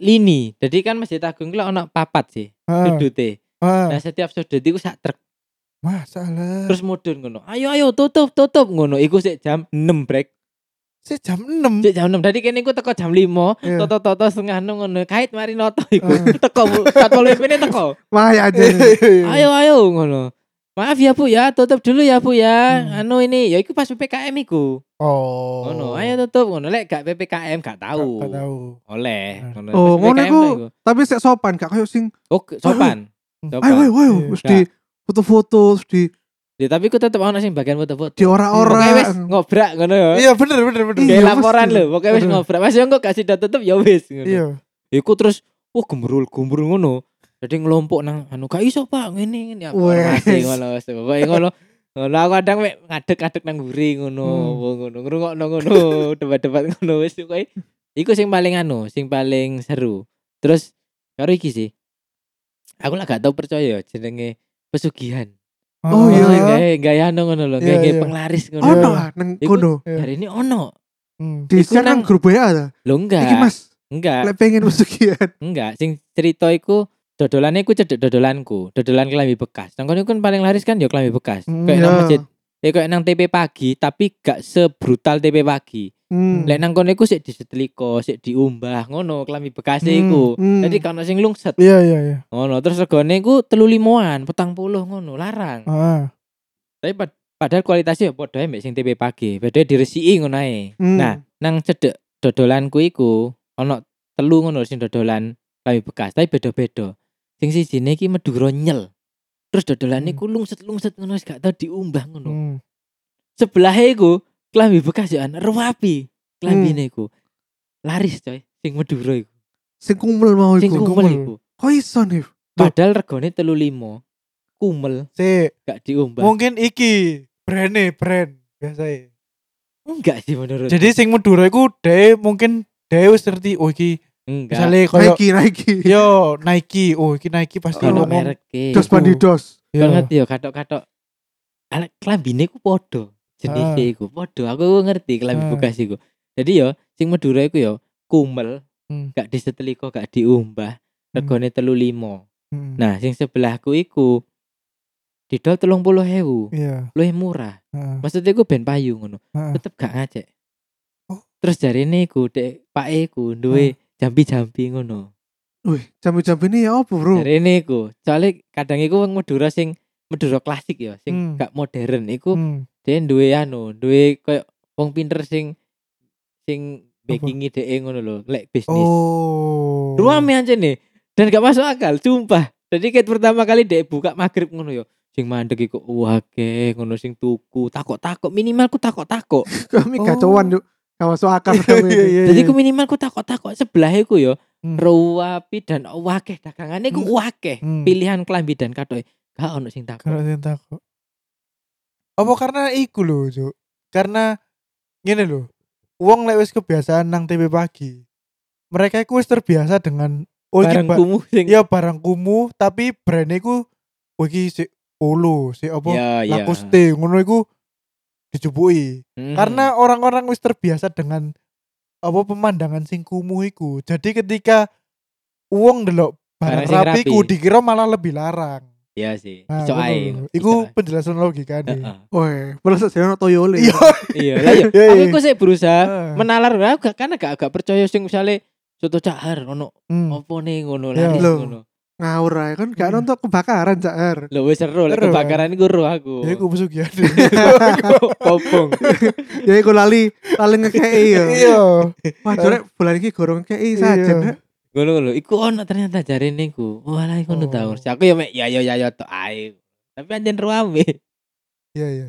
S3: lini. Jadi kan Masjid Agung ku lek ono papat sih
S2: heeh,
S3: sudute.
S2: heeh.
S3: Nah, setiap sudut iku sak truk
S2: Ah, Masalah. Terus
S3: terus mudun ngono. Ayo ayo tutup tutup ngono. Iku sik jam 6 break.
S2: si jam 6.
S3: Sik jam 6. Dadi kene iku teko jam 5.
S2: Iya.
S3: Toto-toto setengah enam ngono. Kait mari noto iku.
S2: Eh.
S3: teko Bu. Satpol PP ne teko.
S1: Wah, ya aja.
S2: Iya.
S3: Ayo ayo ngono. Maaf ya Bu ya, tutup dulu ya Bu ya.
S2: Hmm.
S3: Anu ini ya iku pas PPKM iku.
S2: Oh.
S3: Ngono, ayo tutup ngono. Lek gak PPKM gak tahu.
S2: Gak tahu.
S3: Oleh.
S2: Eh.
S3: Ngono.
S1: Oh,
S3: Pas
S1: ngono
S3: PPKM
S1: iku.
S3: tok
S1: Tapi sik sopan gak koyo sing
S3: Oh, sopan.
S2: Aduh.
S1: ayo ayo ayo
S2: Iya.
S1: terus di foto-foto terus di
S3: Ya, tapi ku tetep ono sing bagian foto-foto.
S1: di ora-ora
S3: Pokoknya wis ngobrak ngono ya.
S2: Iya bener bener bener.
S1: Iya,
S3: Kayak laporan
S1: pasti.
S3: lho, pokoknya wis
S2: Aduh.
S3: ngobrak. Mas yo engko gak sida tetep ya wis ngono.
S2: Iya.
S3: Iku terus wah gemerul gumbrul ngono. Jadi ngelompok nang anu gak iso Pak ngene ngene ya.
S1: Wes.
S3: Masih ngono wis. Pokoke ngono. Ngono aku kadang mek ngadeg-adeg nang nguri ngono,
S2: Hmm.
S3: apa ngono ngrungokno ngono, debat-debat ngono wis pokoke. Iku sing paling anu, sing paling seru. Terus karo iki sih. Aku lah gak tau percaya ya jenenge pesugihan.
S2: Ah,
S1: Oh, iya.
S3: Gaya gaya anu ngono lho,
S2: Iya,
S3: gaya
S2: iya.
S3: penglaris ngono.
S1: ono ah neng
S3: Iku-
S1: kono
S2: Iya.
S3: Hari ini ono.
S2: Hmm.
S1: di
S3: Iku
S1: sekarang
S3: nang-
S1: grup WA ta iki
S3: Lho
S2: Iya.
S3: enggak.
S1: Mas
S3: Enggak.
S1: lek pengen iya. pesugihan
S3: Enggak, sing cerita iku dodolannya iku cedek dodolanku, dodolan kelambi bekas. Nang kono iku kan paling laris kan ya kelambi bekas.
S2: Hmm,
S3: kayak nang
S1: iya.
S3: masjid, ya kayak nang TP pagi, tapi gak sebrutal TP pagi.
S1: Hmm.
S2: Iya.
S3: Lek nang kono iku sik diseteliko, sik diumbah ngono kelambi bekas
S2: Hmm,
S3: iku.
S1: Hmm.
S3: Jadi kono sing lungset.
S2: Iya iya iya.
S3: Ngono, terus regane iku 35-an, 40 ngono, larang.
S2: Ah.
S3: Tapi pad- padahal kualitasnya ya padha ae mbek sing TP pagi, padha diresiki ngono ae.
S1: Hmm.
S3: Nah, nang cedek dodolanku iku ana telu ngono sing dodolan kayu bekas, tapi beda-beda. Sing sijine iki Madura nyel. Terus dodolane
S2: Hmm.
S3: ku lungset-lungset ngono wis gak tau diumbah ngono.
S2: Hmm.
S3: Sebelahe iku klambi bekas ya ana ruwapi klambine
S2: Hmm.
S3: iku. Laris coy, sing Madura iku.
S1: sing kumul mau
S3: Sing
S1: iku
S3: kumel
S2: kumel.
S3: iku.
S1: kok iso nih
S3: Padahal regane 35. Kumel
S2: Sik,
S3: gak diumbah.
S2: mungkin iki brand brand biasa ya.
S3: Enggak sih menurut.
S2: Jadi sing Madura iku dhewe mungkin dhewe wis ngerti oh
S3: Nah.
S2: iki
S3: enggak.
S2: misale koyo
S1: Nike Nike
S2: yo Nike, oh iki Nike pasti
S3: Kalau
S2: ngomong.
S3: merek e.
S1: dos
S2: Iya, Iku.
S1: bandidos
S2: Iya.
S3: banget ya katok-katok alek klambine ku podo jenise iku podo aku ngerti klambi
S2: Ah.
S3: bekas iku jadi yo sing Madura iku yo kumel
S2: Hmm.
S3: gak diseteliko gak diumbah regane telu limo
S2: Hmm.
S3: nah sing sebelahku iku didol telung puluh hewu
S2: Iya.
S3: luwih murah
S2: Heeh.
S3: maksudnya iku ben payu ngono
S2: Ah.
S3: tetep gak ngajek
S2: Oh. Ah.
S3: terus dari ini ku dek pak ku duwe jampi-jampi ngono
S1: wih jam-jam ini ya apa bro
S3: dari ini ku soalnya kadang iku wong Madura sing Madura klasik ya sing
S2: Hmm.
S3: gak modern iku
S2: Hmm.
S3: dia duwe anu duwe koyo wong pinter sing sing backingi dhek ngono lho lek bisnis
S2: Oh.
S3: ruame aja nih dan gak masuk akal sumpah jadi kayak pertama kali dek buka maghrib ngono yo sing mandek iku wah ke ngono sing tuku takok-takok minimal ku takok-takok
S1: kami
S2: Oh.
S1: kacauan yuk gak masuk akal
S2: Iya,
S1: kami
S2: iya,
S1: ini.
S2: iya,
S3: jadi
S2: iya.
S3: ku minimal ku takok-takok sebelah ku yo
S2: Hmm.
S3: ruwapi dan wakeh dagangane ku
S2: Hmm.
S3: wakeh
S2: Hmm.
S3: pilihan klambi dan katoke gak ono sing takok
S2: Kalau yang takut. Apa karena iku lho, Cuk? Karena ngene lho. Wong lek wis kebiasaan nang TV pagi. Mereka iku wis terbiasa dengan oh iki
S3: barang
S2: ba-
S3: kumuh sing
S2: ya barang kumuh tapi brand iku oh iki si polo, si apa?
S3: ya ya
S2: Lacoste ngono iku dijupuki.
S3: Mm.
S2: Karena orang-orang wis terbiasa dengan apa pemandangan sing kumuh iku. Jadi ketika wong delok
S3: Barang
S2: barang
S3: sing
S2: rapi iku
S3: rapi.
S2: dikira malah lebih larang.
S3: ya sih
S2: Nah,
S3: iso
S2: ngono
S3: ae
S2: lho.
S3: iso
S2: Iku
S3: ae.
S2: penjelasan logika kan, nih.
S3: Heeh.
S1: Woi, malah saya nonton Toyole.
S2: Iya.
S3: iya lah ya
S2: Iya,
S3: aku
S2: iya. Ah.
S3: iku sih berusaha
S2: Heeh.
S3: menalar lah gak karena gak gak percaya sing misale soto cahar ngono
S2: Hmm.
S3: opo nih ngono
S2: Iya.
S3: laris
S1: Loh.
S3: ngono
S1: Ngawur ae kan gak
S2: Hmm.
S1: nonton kebakaran Cak.
S3: lho wis seru lah
S2: Seru, eh.
S3: kebakaran iku ro aku
S2: Ya iku pesugihan.
S3: popong
S1: Ya iku lali lali ngekei ya.
S2: Iya.
S1: Wah, jare bulan iki gorong ngekei saja.
S3: ngono lho iku ono ternyata jare niku walah iku ngono
S2: Oh.
S3: tau Terus aku ya mek ya ya ya ya tok ae tapi anjen ruame
S2: Iya iya.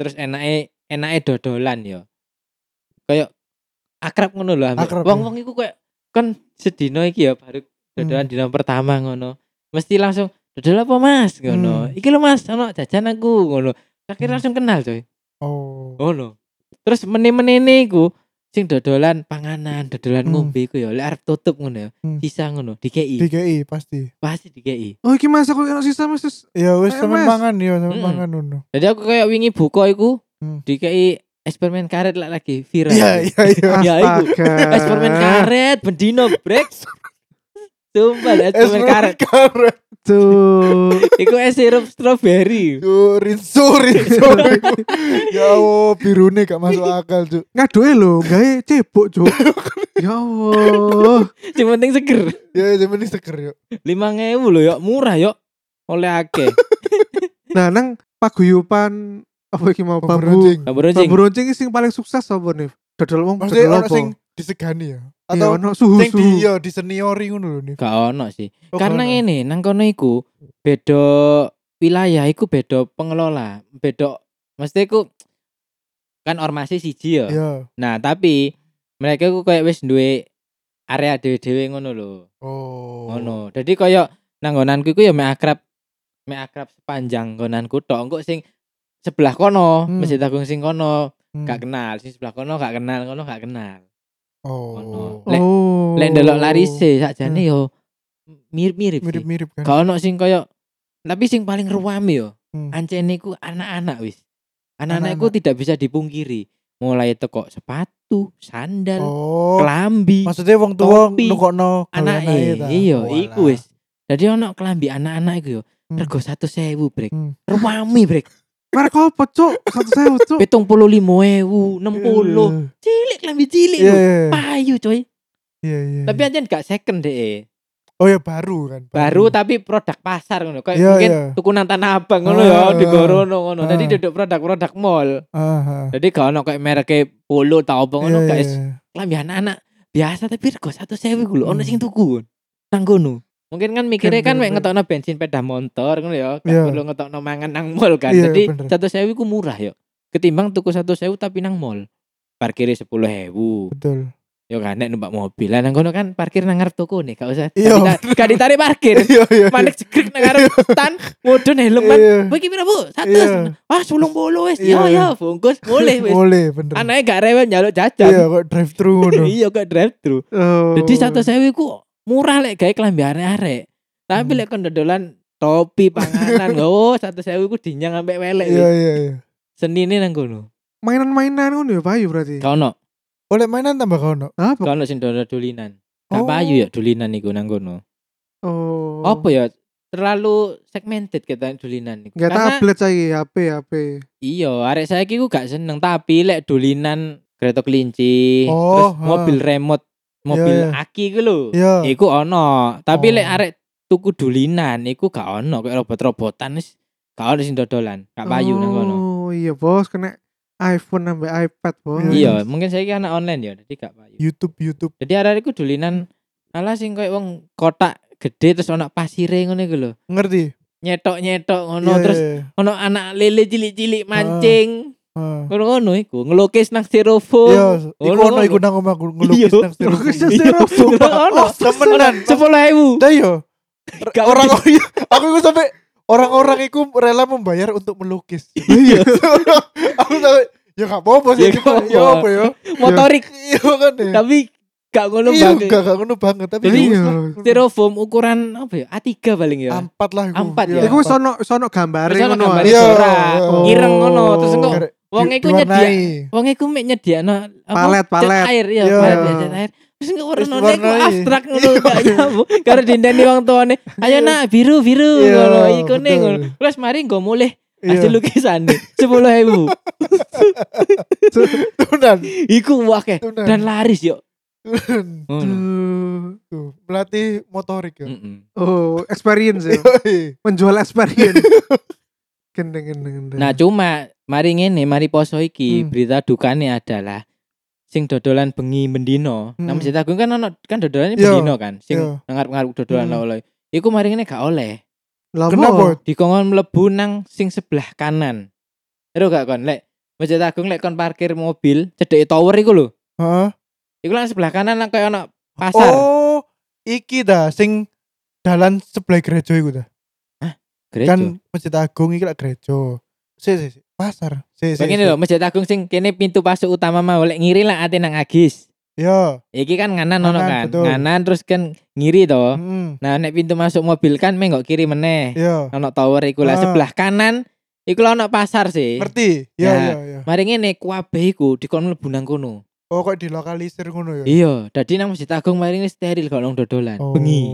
S3: terus enake enake dodolan ya kayak akrab ngono lho ambek
S2: Akrab,
S3: wong-wong iku kayak kan sedino iki ya baru dodolan
S2: Hmm.
S3: dino pertama ngono mesti langsung dodol apa Mas ngono iki lho Mas ono jajan aku ngono akhirnya
S2: Hmm.
S3: langsung kenal coy
S2: Oh.
S3: ngono terus meneh-menene iku sing dodolan panganan dodolan
S2: Hmm.
S3: ngombe iku ya lek arep tutup ngono ya
S2: Hmm.
S3: sisa ngono dikei
S2: DKI pasti.
S3: pasti dikei
S1: Oh, iki Mas aku ono sisa Mas. terus-
S2: Ya wis
S1: Ayo,
S2: sampe
S1: Mas.
S2: mangan ya sampe
S3: Mm-mm.
S2: mangan ngono.
S3: jadi aku kayak wingi buka iku
S2: Hmm.
S3: dikei eksperimen karet lah lagi viral
S2: Iya iya iya.
S3: Ya, iku.
S1: Astaga.
S3: eksperimen karet bendino brek sumpah lah, eksperimen karet
S2: karet.
S1: Tuh.
S3: iku es sirup strawberry
S2: Yo rinso rinso. iku. Ya Allah, birune gak masuk akal, Cuk.
S1: Ngadoe lho, gawe cebok, Cuk. Ya Allah.
S3: sing penting seger
S2: Ya yang penting seger yo.
S3: lima ngewu lho yuk murah yuk oleh akeh
S1: Nah, nang paguyupan apa iki mau bambu.
S2: Pemberonjing.
S3: baru
S1: Bambu
S3: sing
S1: runcing iki sing paling sukses sapa nih? Dodol wong
S2: Maksudnya
S1: dodol
S2: ono
S1: apa?
S2: sing disegani ya.
S1: Ya
S2: Atau
S1: ono
S2: sing di iya.
S1: suhu-suhu.
S2: yo di seniori ngono lho nih.
S3: gak ono sih
S2: Oh,
S3: karena
S2: gak ono.
S3: ngene nang kono iku beda wilayah iku beda pengelola, beda mesti iku kan ormasi siji ya.
S2: Iya.
S3: Nah, tapi mereka iku kayak wis duwe area dhewe-dhewe ngono lho.
S2: Oh.
S3: Ngono. Jadi kayak nanggonanku iku ya mek akrab mek akrab sepanjang nggonanku tok engko sing sebelah kono,
S2: Hmm.
S3: Masjid Agung sing kono
S2: Hmm.
S3: gak kenal, sing sebelah kono gak kenal, kono gak kenal.
S2: Oh. Hmm.
S3: Lek-
S1: oh.
S3: Lek ndelok larise sakjane yo mirip-mirip. sih.
S2: Mirip-mirip kan.
S3: Gak ono sing koyo tapi sing paling ruam yo
S2: Hmm.
S3: ancene ku anak-anak wis. Anak-anak
S2: Anak-anak.
S3: ku tidak bisa dipungkiri. Mulai teko sepatu, sandal,
S2: Oh.
S3: kelambi,
S2: Maksudnya wong tua
S3: Topi.
S2: nukokno
S3: anak
S2: gaweane ta?
S3: iya
S2: Walah.
S3: iku wis. Jadi ono kelambi anak-anak iku yo.
S2: Hmm.
S3: Rego 100.000 brek.
S2: Hmm.
S3: Ruami brek.
S1: Merek apa cuk? Satu sewu cuk.
S3: 75.000, 60. Cilik kelambi cilik
S2: Hmm. Iya,
S3: lho.
S2: iya, Hmm. iya.
S3: Payu coy.
S2: Iya, iya.
S3: Tapi ancen gak second deh.
S2: oh ya baru kan.
S3: Baru tapi produk pasar ngono. Kayak
S2: Iya,
S3: mungkin
S2: iya.
S3: tukunan tanah abang ngono
S2: Ah,
S3: ya
S2: ah.
S3: di Gorono ngono. Jadi
S2: Ah.
S3: duduk produk-produk mall.
S2: Aha.
S3: Jadi gak ono kayak mereknya polo tau apa ngono
S2: Iya,
S3: guys.
S2: iya.
S3: Lambi anak-anak biasa tapi rego satu sewu gue ono
S2: Hmm.
S3: sing tuku nang kono. Mungkin kan mikirnya kan
S2: Bener,
S3: mek
S2: bener.
S3: ngetokno bensin sepeda motor ngono ya, gak
S2: Iya.
S3: perlu ngetokno mangan nang mall kan.
S2: Iya,
S3: Jadi
S2: bener.
S3: satu sewu ku murah yo. Ketimbang tuku satu sewu tapi nang mall. Parkirnya sepuluh ewu,
S2: Betul.
S3: yo kan nek numpak mobil. Lah nang kono kan parkir nang ngarep toko nih, gak usah. gak
S2: Iya,
S3: dita- Gak ditarik parkir.
S2: Iya, iya.
S3: Mandek jegrek nang ngarep stan, mudun helm kan.
S2: Iya.
S3: Bagi pira bu? Satu.
S2: Iya.
S3: Wah, sulung bolu wis.
S2: Iya.
S3: Yo yo, bungkus boleh wis.
S2: Boleh, bener.
S3: Anaknya gak rewel nyaluk jajan.
S2: Iya, kok drive thru ngono.
S3: iya kok drive thru.
S1: Oh.
S3: Jadi satu sewu ku murah lek gawe klambi arek-arek. Tapi
S2: Hmm.
S3: lek kon dodolan topi panganan, oh satu sewu ku dinyang sampai welek.
S2: Iya, iya, iya.
S3: Senine nang kono.
S1: mainan-mainan ngono ya payu berarti.
S3: Gak ono,
S2: Oleh mainan tambah kono.
S1: Apa?
S3: gak ono sing dodol dolinan. Gak
S2: Oh.
S3: payu ya dolinan iku nang kono.
S1: Oh.
S3: Apa ya terlalu segmented kita dolinan iku.
S1: Gak
S3: Karena
S1: tablet saiki HP HP.
S3: iya arek saiki ku gak seneng tapi lek dolinan kereta kelinci, terus
S2: Oh, ha.
S3: mobil remote, mobil
S2: Iya, iya.
S3: aki ku lho.
S2: Iya.
S3: Iku ono, tapi
S2: Oh.
S3: lek arek tuku dulinan iku gak ono kayak robot-robotan wis gak ono sing dodolan, gak payu nang kono.
S1: Oh iya bos kena iPhone sampai iPad bos.
S3: Iya, mungkin saya anak online ya, jadi gak payu.
S2: YouTube, YouTube.
S3: Jadi arek iku dulinan ala sing kayak wong kotak gede terus ono pasire ngono iku lho.
S2: Ngerti?
S3: Nyetok-nyetok ngono
S2: Iya,
S3: terus
S2: iya, iya.
S3: ono anak lele cilik-cilik mancing.
S2: Ah.
S3: Ngono-ngono iku, ngelukis nang styrofoam.
S2: Iya, iku
S3: Ngono,
S2: ono iku
S3: ngono.
S2: nang omahku
S3: oh,
S2: ngelukis
S3: Iya.
S2: nang styrofoam.
S1: Ngelukis nang
S3: Iya,
S1: styrofoam.
S3: ono.
S2: Oh, temenan.
S3: Sepuluh ewu.
S2: Dah yo.
S3: Gak
S2: Orang aku iku sampe orang-orang iku rela membayar untuk melukis.
S1: Iya.
S2: aku sampe ya gak apa-apa
S3: Ya
S2: sih
S3: gak
S2: gitu. Ya
S3: apa-apa.
S2: apa ya?
S3: motorik,
S2: Iya kan ya.
S3: tapi gak ngono
S2: Iya,
S3: banget.
S2: gak gak ngono banget tapi
S1: Iya.
S2: ya wis lah.
S3: styrofoam ukuran apa ya? A3 paling ya.
S2: Ampat lah iku.
S3: Ampat ya.
S1: Iku wis ono sono gambare
S3: Terus ono
S1: ngono.
S3: gambare
S1: Iya.
S2: Iya.
S3: Zora,
S2: Oh.
S3: ireng ngono, terus engko
S2: Karek
S3: wong
S2: di-
S3: iku
S2: diwarnai.
S3: nyediak wong iku mek nyediakno apa,
S1: Palet,
S3: cat
S1: palet.
S3: air ya,
S2: Iya.
S3: palet ya, cat air. Terus engko warnane iku
S2: diwarnai.
S3: abstrak ngono gak nyambung. Karo dindeni wong tuane, ayo nak biru biru
S2: Iya,
S3: ngono iku ning
S2: betul.
S3: ngono. Terus mari nggo mulih
S2: Iya.
S3: hasil lukisan 10.000.
S2: Tunan.
S3: Iku akeh
S2: Tunan.
S3: dan laris yo.
S2: Tunan.
S3: Ngono.
S2: Tuh, melatih motorik ya. Iya.
S3: Mm-mm.
S1: Oh, experience ya.
S3: Iya.
S2: Yoi.
S1: Menjual experience. gendeng gendeng gendeng.
S3: Nah cuma mari ngene mari poso iki
S2: Hmm.
S3: berita dukane adalah sing dodolan bengi mendino.
S2: Hmm.
S3: Nah Masjid Agung kan ono kan dodolannya
S2: Iya,
S3: mendino kan. Sing
S2: iya.
S3: ngarep-ngarep dodolan
S2: Hmm.
S3: lah oleh. Iku mari ngene gak oleh.
S1: Lah,
S2: Kenapa?
S1: apa?
S3: Dikongkon mlebu nang sing sebelah kanan. Ero gak kon lek Masjid Agung lek kon parkir mobil cedek tower iku lho.
S2: Heeh.
S3: Iku nang sebelah kanan nang koyo ono pasar.
S2: Oh, iki dah sing dalan sebelah gereja iku dah.
S3: Gereja.
S2: Kan Masjid Agung iki lak gereja. Si, si, si. pasar. Si, si.
S3: Begini
S2: si.
S3: lho Masjid Agung sing kene pintu masuk utama mau lek ngiri lah ate nang Agis.
S2: Yo.
S3: Iki kan nganan ono
S2: Nganan,
S3: kan.
S2: betul.
S3: Nganan terus kan ngiri to.
S2: Mm.
S3: Nah, nek pintu masuk mobil kan mengok kiri meneh.
S2: Yo.
S3: Ono tower iku lah
S2: Ah.
S3: sebelah kanan iku lah ono pasar sih.
S2: Ngerti? Yo,
S3: Ya.
S2: yo, yo.
S3: Mari ngene kuabe iku dikon mlebu nang kono.
S2: Oh, kok dilokalisir ngono ya?
S3: Iya, dadi nang Masjid Agung mari ini steril golong dodolan,
S2: Oh.
S3: bengi.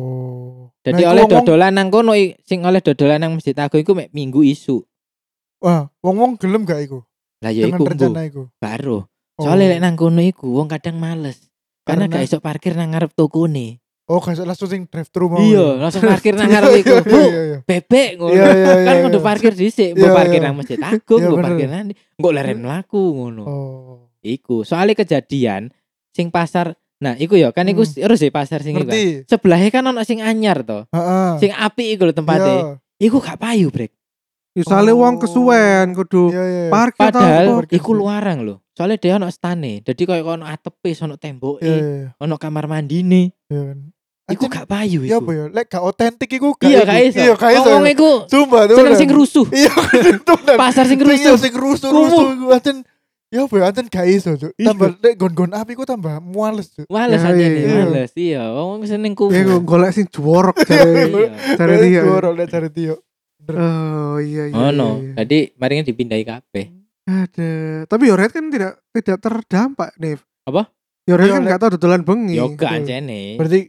S3: Dadi
S2: Nah, iku
S3: oleh
S2: wong-wong-
S3: dodolan nang kono i- sing oleh dodolan nang Masjid Agung iku mek minggu isu.
S2: Wah, wong-wong gelem gak iku?
S3: Lah ya
S2: Dengan
S3: iku
S2: rencana
S3: mbu,
S2: iku.
S3: baru.
S2: Oh.
S3: Soalnya lek nang kono iku wong kadang males. Karena,
S2: Karena-
S3: gak iso parkir nang ngarep tokone.
S2: Oh, gak usah langsung sing drive thru mau. ya?
S3: Iya, langsung parkir nang ngarep iku. Bu,
S2: Iya, iya.
S3: bebek ngono.
S2: Iya, iya, iya.
S3: kan kudu parkir dhisik, mbok
S2: Iya,
S3: parkir
S2: iya.
S3: nang Masjid Agung,
S2: Iya,
S3: mbok
S2: bener.
S3: parkir nang ndi, engko leren mlaku ngono.
S2: Oh.
S3: Iku, soalnya kejadian sing pasar Nah, iku ya kan iku
S2: Hmm.
S3: terus sih pasar sing iku. Kan.
S2: Ngerti? Ah.
S3: Sebelahnya kan ono sing e. anyar to,
S2: Heeh. Ya. Iya.
S3: sing apik iku lho tempatnya. Iku gak payu, Brek.
S1: Misalnya Ya,
S2: Oh.
S1: wong kesuwen kudu
S2: Iya, iya, iya.
S1: parkir
S3: Padahal
S1: apa.
S2: Keluarga
S3: iku
S2: sih.
S3: luarang loh. Soalnya dia ono stane. Jadi kayak ono atepe, ono tembok,
S2: Iya, iya, iya,
S3: ono kamar mandine.
S2: iya kan.
S3: Iku
S2: Anjir,
S3: gak payu
S2: iya apa
S3: iku.
S2: ya? Lek gak otentik iku gak
S3: Iya
S2: iku.
S3: gak iso.
S2: Iya gak iso.
S3: Ngomong iku
S2: Sumpah tuh.
S3: seneng sing rusuh.
S2: Iya, tenan.
S3: Pasar sing
S2: Iya,
S3: rusuh.
S2: sing rusuh,
S3: Kumuh.
S2: rusuh iku anjen. Ya apa ya anjen gak iso, Cuk.
S3: Iya.
S2: Tambah lek gon-gon api ku tambah muales, Cuk.
S3: Wales
S1: Ya,
S3: aja
S1: iya,
S3: nih,
S2: iya.
S3: wales. Iya, wong seneng kuwi.
S1: Ya gue golek sing jorok
S2: Iya.
S1: jare jare
S3: Iya,
S1: dia.
S2: Tuh, orang lihat cari Tio.
S1: Oh iya iya.
S3: Oh
S1: iya,
S3: no.
S1: iya.
S3: Jadi marinya dipindahi kabeh.
S1: Ada. Tapi Yoret kan tidak tidak terdampak, Nif.
S3: Apa?
S1: Yoret kan
S2: Yoret.
S1: gak tau dodolan bengi.
S3: Yo gak
S2: Iya, betul.
S3: anjene.
S2: Berarti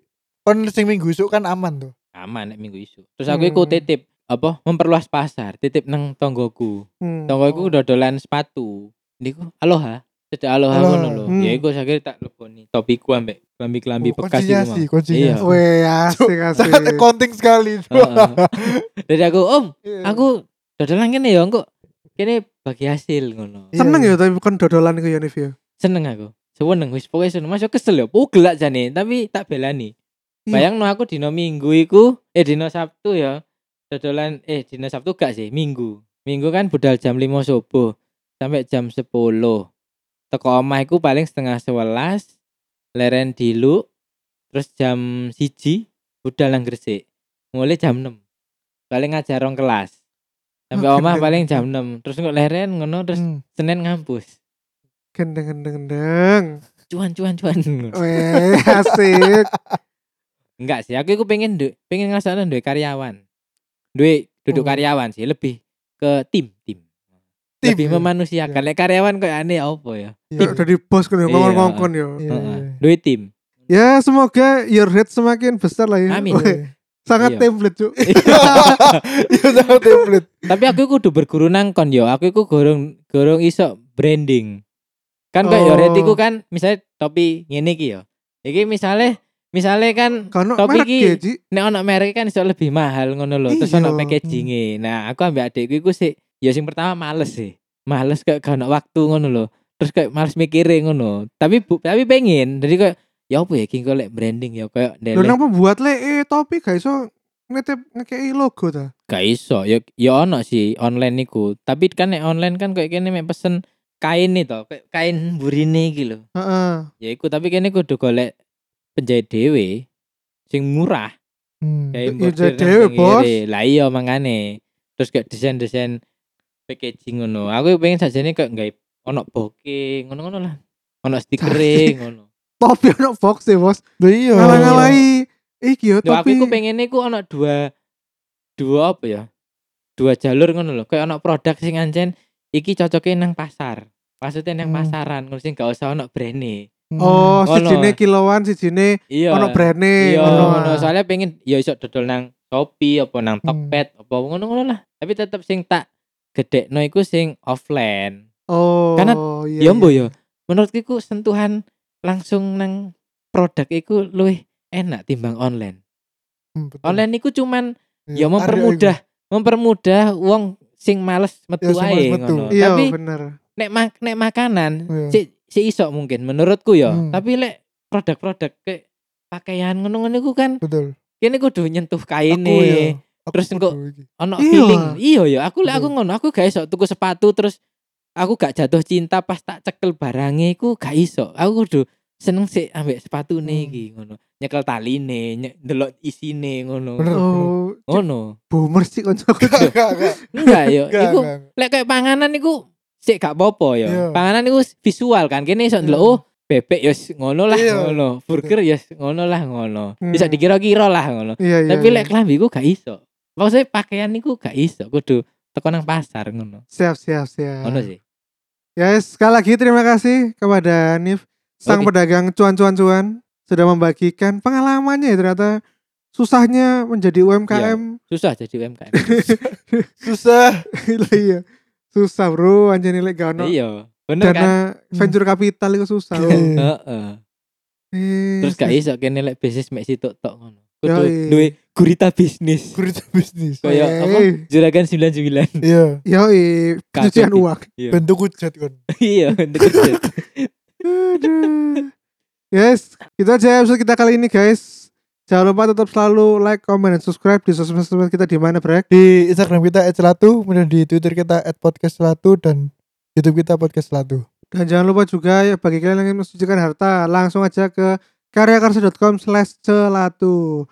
S2: kon sing minggu esuk kan aman tuh.
S3: Aman nek minggu isu. Terus aku iku
S1: Hmm.
S3: titip apa memperluas pasar, titip nang tonggoku.
S1: Hmm.
S2: Oh.
S3: Tonggoku dodolan sepatu. Niku aloha. Cedek aloha
S2: Aloha.
S3: ngono lho.
S1: Hmm.
S3: Ya iku sakit tak leboni topiku ambek klambi-klambi
S2: Oh,
S3: bekas iku
S2: konsinyasi,
S3: mau.
S2: konsinyasi.
S3: Iya.
S1: Weh asik asik.
S2: Sangat konting sekali. Cuk.
S3: Heeh. Jadi aku, "Om,
S2: Iya.
S3: aku dodolan kene ya, engko kene bagi hasil ngono."
S2: Iya,
S1: Seneng
S2: iya.
S1: ya tapi bukan dodolan iku ya Nif ya.
S3: Seneng aku. Seneng wis pokoke seneng. Masuk kesel ya, oh gelak jane, tapi tak belani.
S1: Iya.
S3: Bayang no aku dino minggu iku, eh dino Sabtu ya. Dodolan eh dino Sabtu gak sih, minggu. Minggu kan budal jam 5 subuh sampai jam 10. Teko omah iku paling setengah 11 leren dilu terus jam siji budal nang Gresik. Mulai jam 6. Paling ngajar rong kelas. Sampai
S1: Oh,
S3: omah
S1: keren.
S3: paling jam 6. Terus ngok leren ngono terus
S2: Hmm.
S3: Senin ngampus.
S1: Gendeng gendeng gendeng.
S3: Cuan cuan cuan.
S1: Weh asik.
S3: Enggak sih, aku iku pengen du, pengen ngrasakno duwe karyawan. Duwe duduk
S1: Oh.
S3: karyawan sih, lebih ke tim, tim.
S2: Tim,
S3: lebih
S2: ya?
S3: memanusiakan. Lek karyawan kok aneh apa ya?
S2: Iya.
S1: Udah di bos kan ya
S3: Iya.
S1: ngongkon ya.
S2: Iya,
S3: Heeh.
S2: iya, iya.
S3: Duwe tim.
S1: Ya semoga your head semakin besar lah ya.
S3: Amin.
S1: Weh, Sangat
S3: Iya.
S1: template cuy. Ya,
S2: Iya, sama template.
S3: Tapi aku kudu berguru nang kon yo. Aku iku gorong gorong iso branding. Kan kok yo
S1: Oh.
S3: retiku kan misalnya topi ngene iki yo. Iki misalnya misalnya kan
S1: Kano merek
S3: Tapi iki-
S1: ya Ji.
S3: nek ono merek kan iso lebih mahal ngono lho. Terus
S1: Iya.
S3: ono packaging Nah, aku ambek adikku iku sih ya sing pertama males sih. Males kayak gak ono waktu ngono lho. Terus kayak males mikire ngono. Tapi bu, tapi pengen. Jadi kayak ya apa ya iki engko lek branding ya kayak
S1: Lho nang
S3: ndeleng
S1: pembuat le eh, topi gak iso ngetip ngekei logo ta.
S3: gak iso. Ya ya ono sih online niku. Tapi kan nek online kan kayak kene mek pesen kain nih to, kayak kain burine iki lho.
S1: Heeh.
S3: Ya iku tapi kene kudu golek penjahit dhewe sing murah.
S2: Hmm.
S3: kayak
S1: Ya,
S3: bordir
S1: jadi
S3: nang
S1: dhewe,
S3: pinggire.
S1: Bos.
S3: lah iya mangane terus kayak desain desain packaging ngono aku pengen sajane kayak nggak ono bokeh ngono ngono lah ono stiker ngono
S1: Topi ono box ya bos.
S2: Lah iya.
S1: Ngalah-ngalahi iki yo
S3: Yo, aku
S1: topi.
S3: iku pengennya ku ono dua dua apa ya dua jalur ngono loh kayak ono produk sing anjen iki cocoknya nang pasar maksudnya nang
S2: Hmm.
S3: pasaran ngono sing gak usah ono brandnya
S2: Hmm.
S1: Oh,
S3: Ono.
S1: sijine kiloan, sijine
S3: iya
S1: ono brandnya
S3: iya
S1: ono.
S3: ngono soalnya pengen ya iso dodol nang Shopee apa nang
S2: Hmm.
S3: Tokped apa ngono-ngono lah tapi tetep sing tak gedekno iku sing offline
S1: Oh,
S3: Karena
S1: iya.
S3: ya mbo
S1: iya.
S3: ya menurutku iku sentuhan langsung nang produk iku luwih enak timbang online
S2: Hmm, betul.
S3: online iku cuman
S2: Iya,
S3: ya mempermudah mempermudah wong sing males metu
S2: Ya, sing males
S3: ae
S2: metu.
S3: ngono
S1: Iya,
S3: tapi
S1: bener.
S3: nek mak- nek makanan
S2: Iya.
S3: si, si iso mungkin menurutku ya
S2: Hmm.
S3: tapi lek produk-produk kayak pakaian ngono-ngono iku kan
S2: Aryo iku. Betul.
S3: kene kudu nyentuh kaine
S2: Aku ya. Aku
S3: Terus engko-
S2: kudu iki.
S3: ono
S1: Iya.
S3: feeling iya ya aku lek aku
S2: Betul.
S3: ngono aku gak iso tuku sepatu terus aku gak jatuh cinta pas tak cekel barangnya aku gak iso aku kudu seneng sih ambek sepatu nih
S2: Hmm.
S3: iki ngono nyekel taline nyek delok isine ngono
S2: Bener.
S1: Oh, cek
S3: ngono
S1: boomer sih koncoku.
S2: Gak, gak, gak.
S3: enggak yo
S2: Gak,
S3: iku
S2: gak.
S3: lek kayak panganan iku sik gak popo yo
S2: Iya.
S3: panganan iku visual kan kene iso delok
S2: Iya.
S3: oh bebek yo ngono lah
S2: Iya.
S3: ngono burger yo ngono lah ngono bisa
S1: Hmm.
S3: dikira-kira lah ngono
S1: Iya, iya.
S3: tapi
S1: iya.
S3: lek klambi ku gak iso maksudnya pakaian niku gak iso kudu teko nang pasar ngono
S1: siap siap siap.
S3: ngono sih
S1: Ya, sekali lagi terima kasih kepada Nif sang
S3: Oke.
S1: pedagang cuan-cuan-cuan sudah membagikan pengalamannya ya, ternyata susahnya menjadi UMKM.
S3: susah jadi UMKM
S2: Susah.
S1: Iya. susah, Bro. Anjir lek gak ono
S3: iya bener kan
S1: dana Hmm. venture capital itu susah.
S2: Iya.
S3: Heeh.
S1: Eh,
S3: terus gak iso kene lek bisnis mek sitok tok ngono kudu
S1: Yoi.
S3: duwe gurita bisnis
S2: Gurita bisnis.
S1: Weh.
S3: kaya ya, apa juragan 99
S2: Iya. kan.
S1: Yoi, pencucian
S3: Kacau, Dik.
S1: uang.
S2: Bentuk hujat kon.
S3: iya untuk kerja.
S1: ya Aduh. Yes, itu aja episode kita kali ini guys. Jangan lupa tetap selalu like, comment, dan subscribe di sosmed-sosmed kita di mana, Brek.
S2: Di Instagram kita @selatu, kemudian di Twitter kita @podcastselatu dan YouTube kita podcast selatu.
S1: Dan jangan lupa juga ya bagi kalian yang ingin mensucikan harta, langsung aja ke karyakarsa.com slash celatu.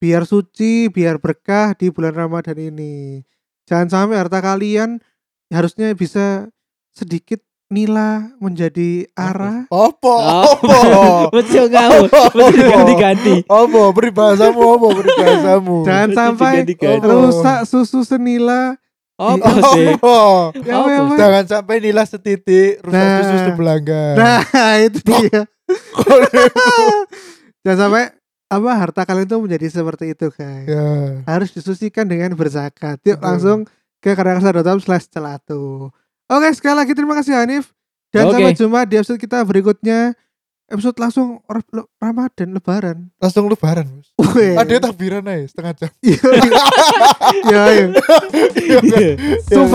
S1: Biar suci, biar berkah di bulan Ramadan ini. Jangan sampai harta kalian harusnya bisa sedikit nila menjadi arah.
S2: Opo,
S3: Oh.
S2: opo,
S3: Betul kamu. Betul ganti-ganti.
S2: opo, peribahasamu, opo, peribahasamu.
S1: Jangan
S3: Betul
S1: sampai
S3: diganti-ganti.
S2: Oh.
S1: rusak susu senila.
S3: Apa sih?
S1: Oh.
S2: Opo,
S1: Ya,
S3: Apa?
S1: ya, ya.
S2: jangan sampai nilai setitik rusak
S1: Nah.
S2: susu sebelanga.
S1: Nah, itu dia. Jangan sampai apa harta kalian itu menjadi seperti itu, guys.
S2: ya.
S1: harus disucikan dengan berzakat. Yuk
S2: Betul.
S1: langsung ke karangasar.com slash celatu. Oke sekali lagi terima kasih Hanif. Dan
S3: Oke.
S1: sampai jumpa di episode kita berikutnya. Episode langsung or- lo- Ramadan Lebaran. Iya.
S2: Langsung lebaran, Mas.
S1: Wih.
S2: Ada takbiran aja setengah jam.
S1: Iya, iya.
S2: Iya, kan?
S1: Sumpah.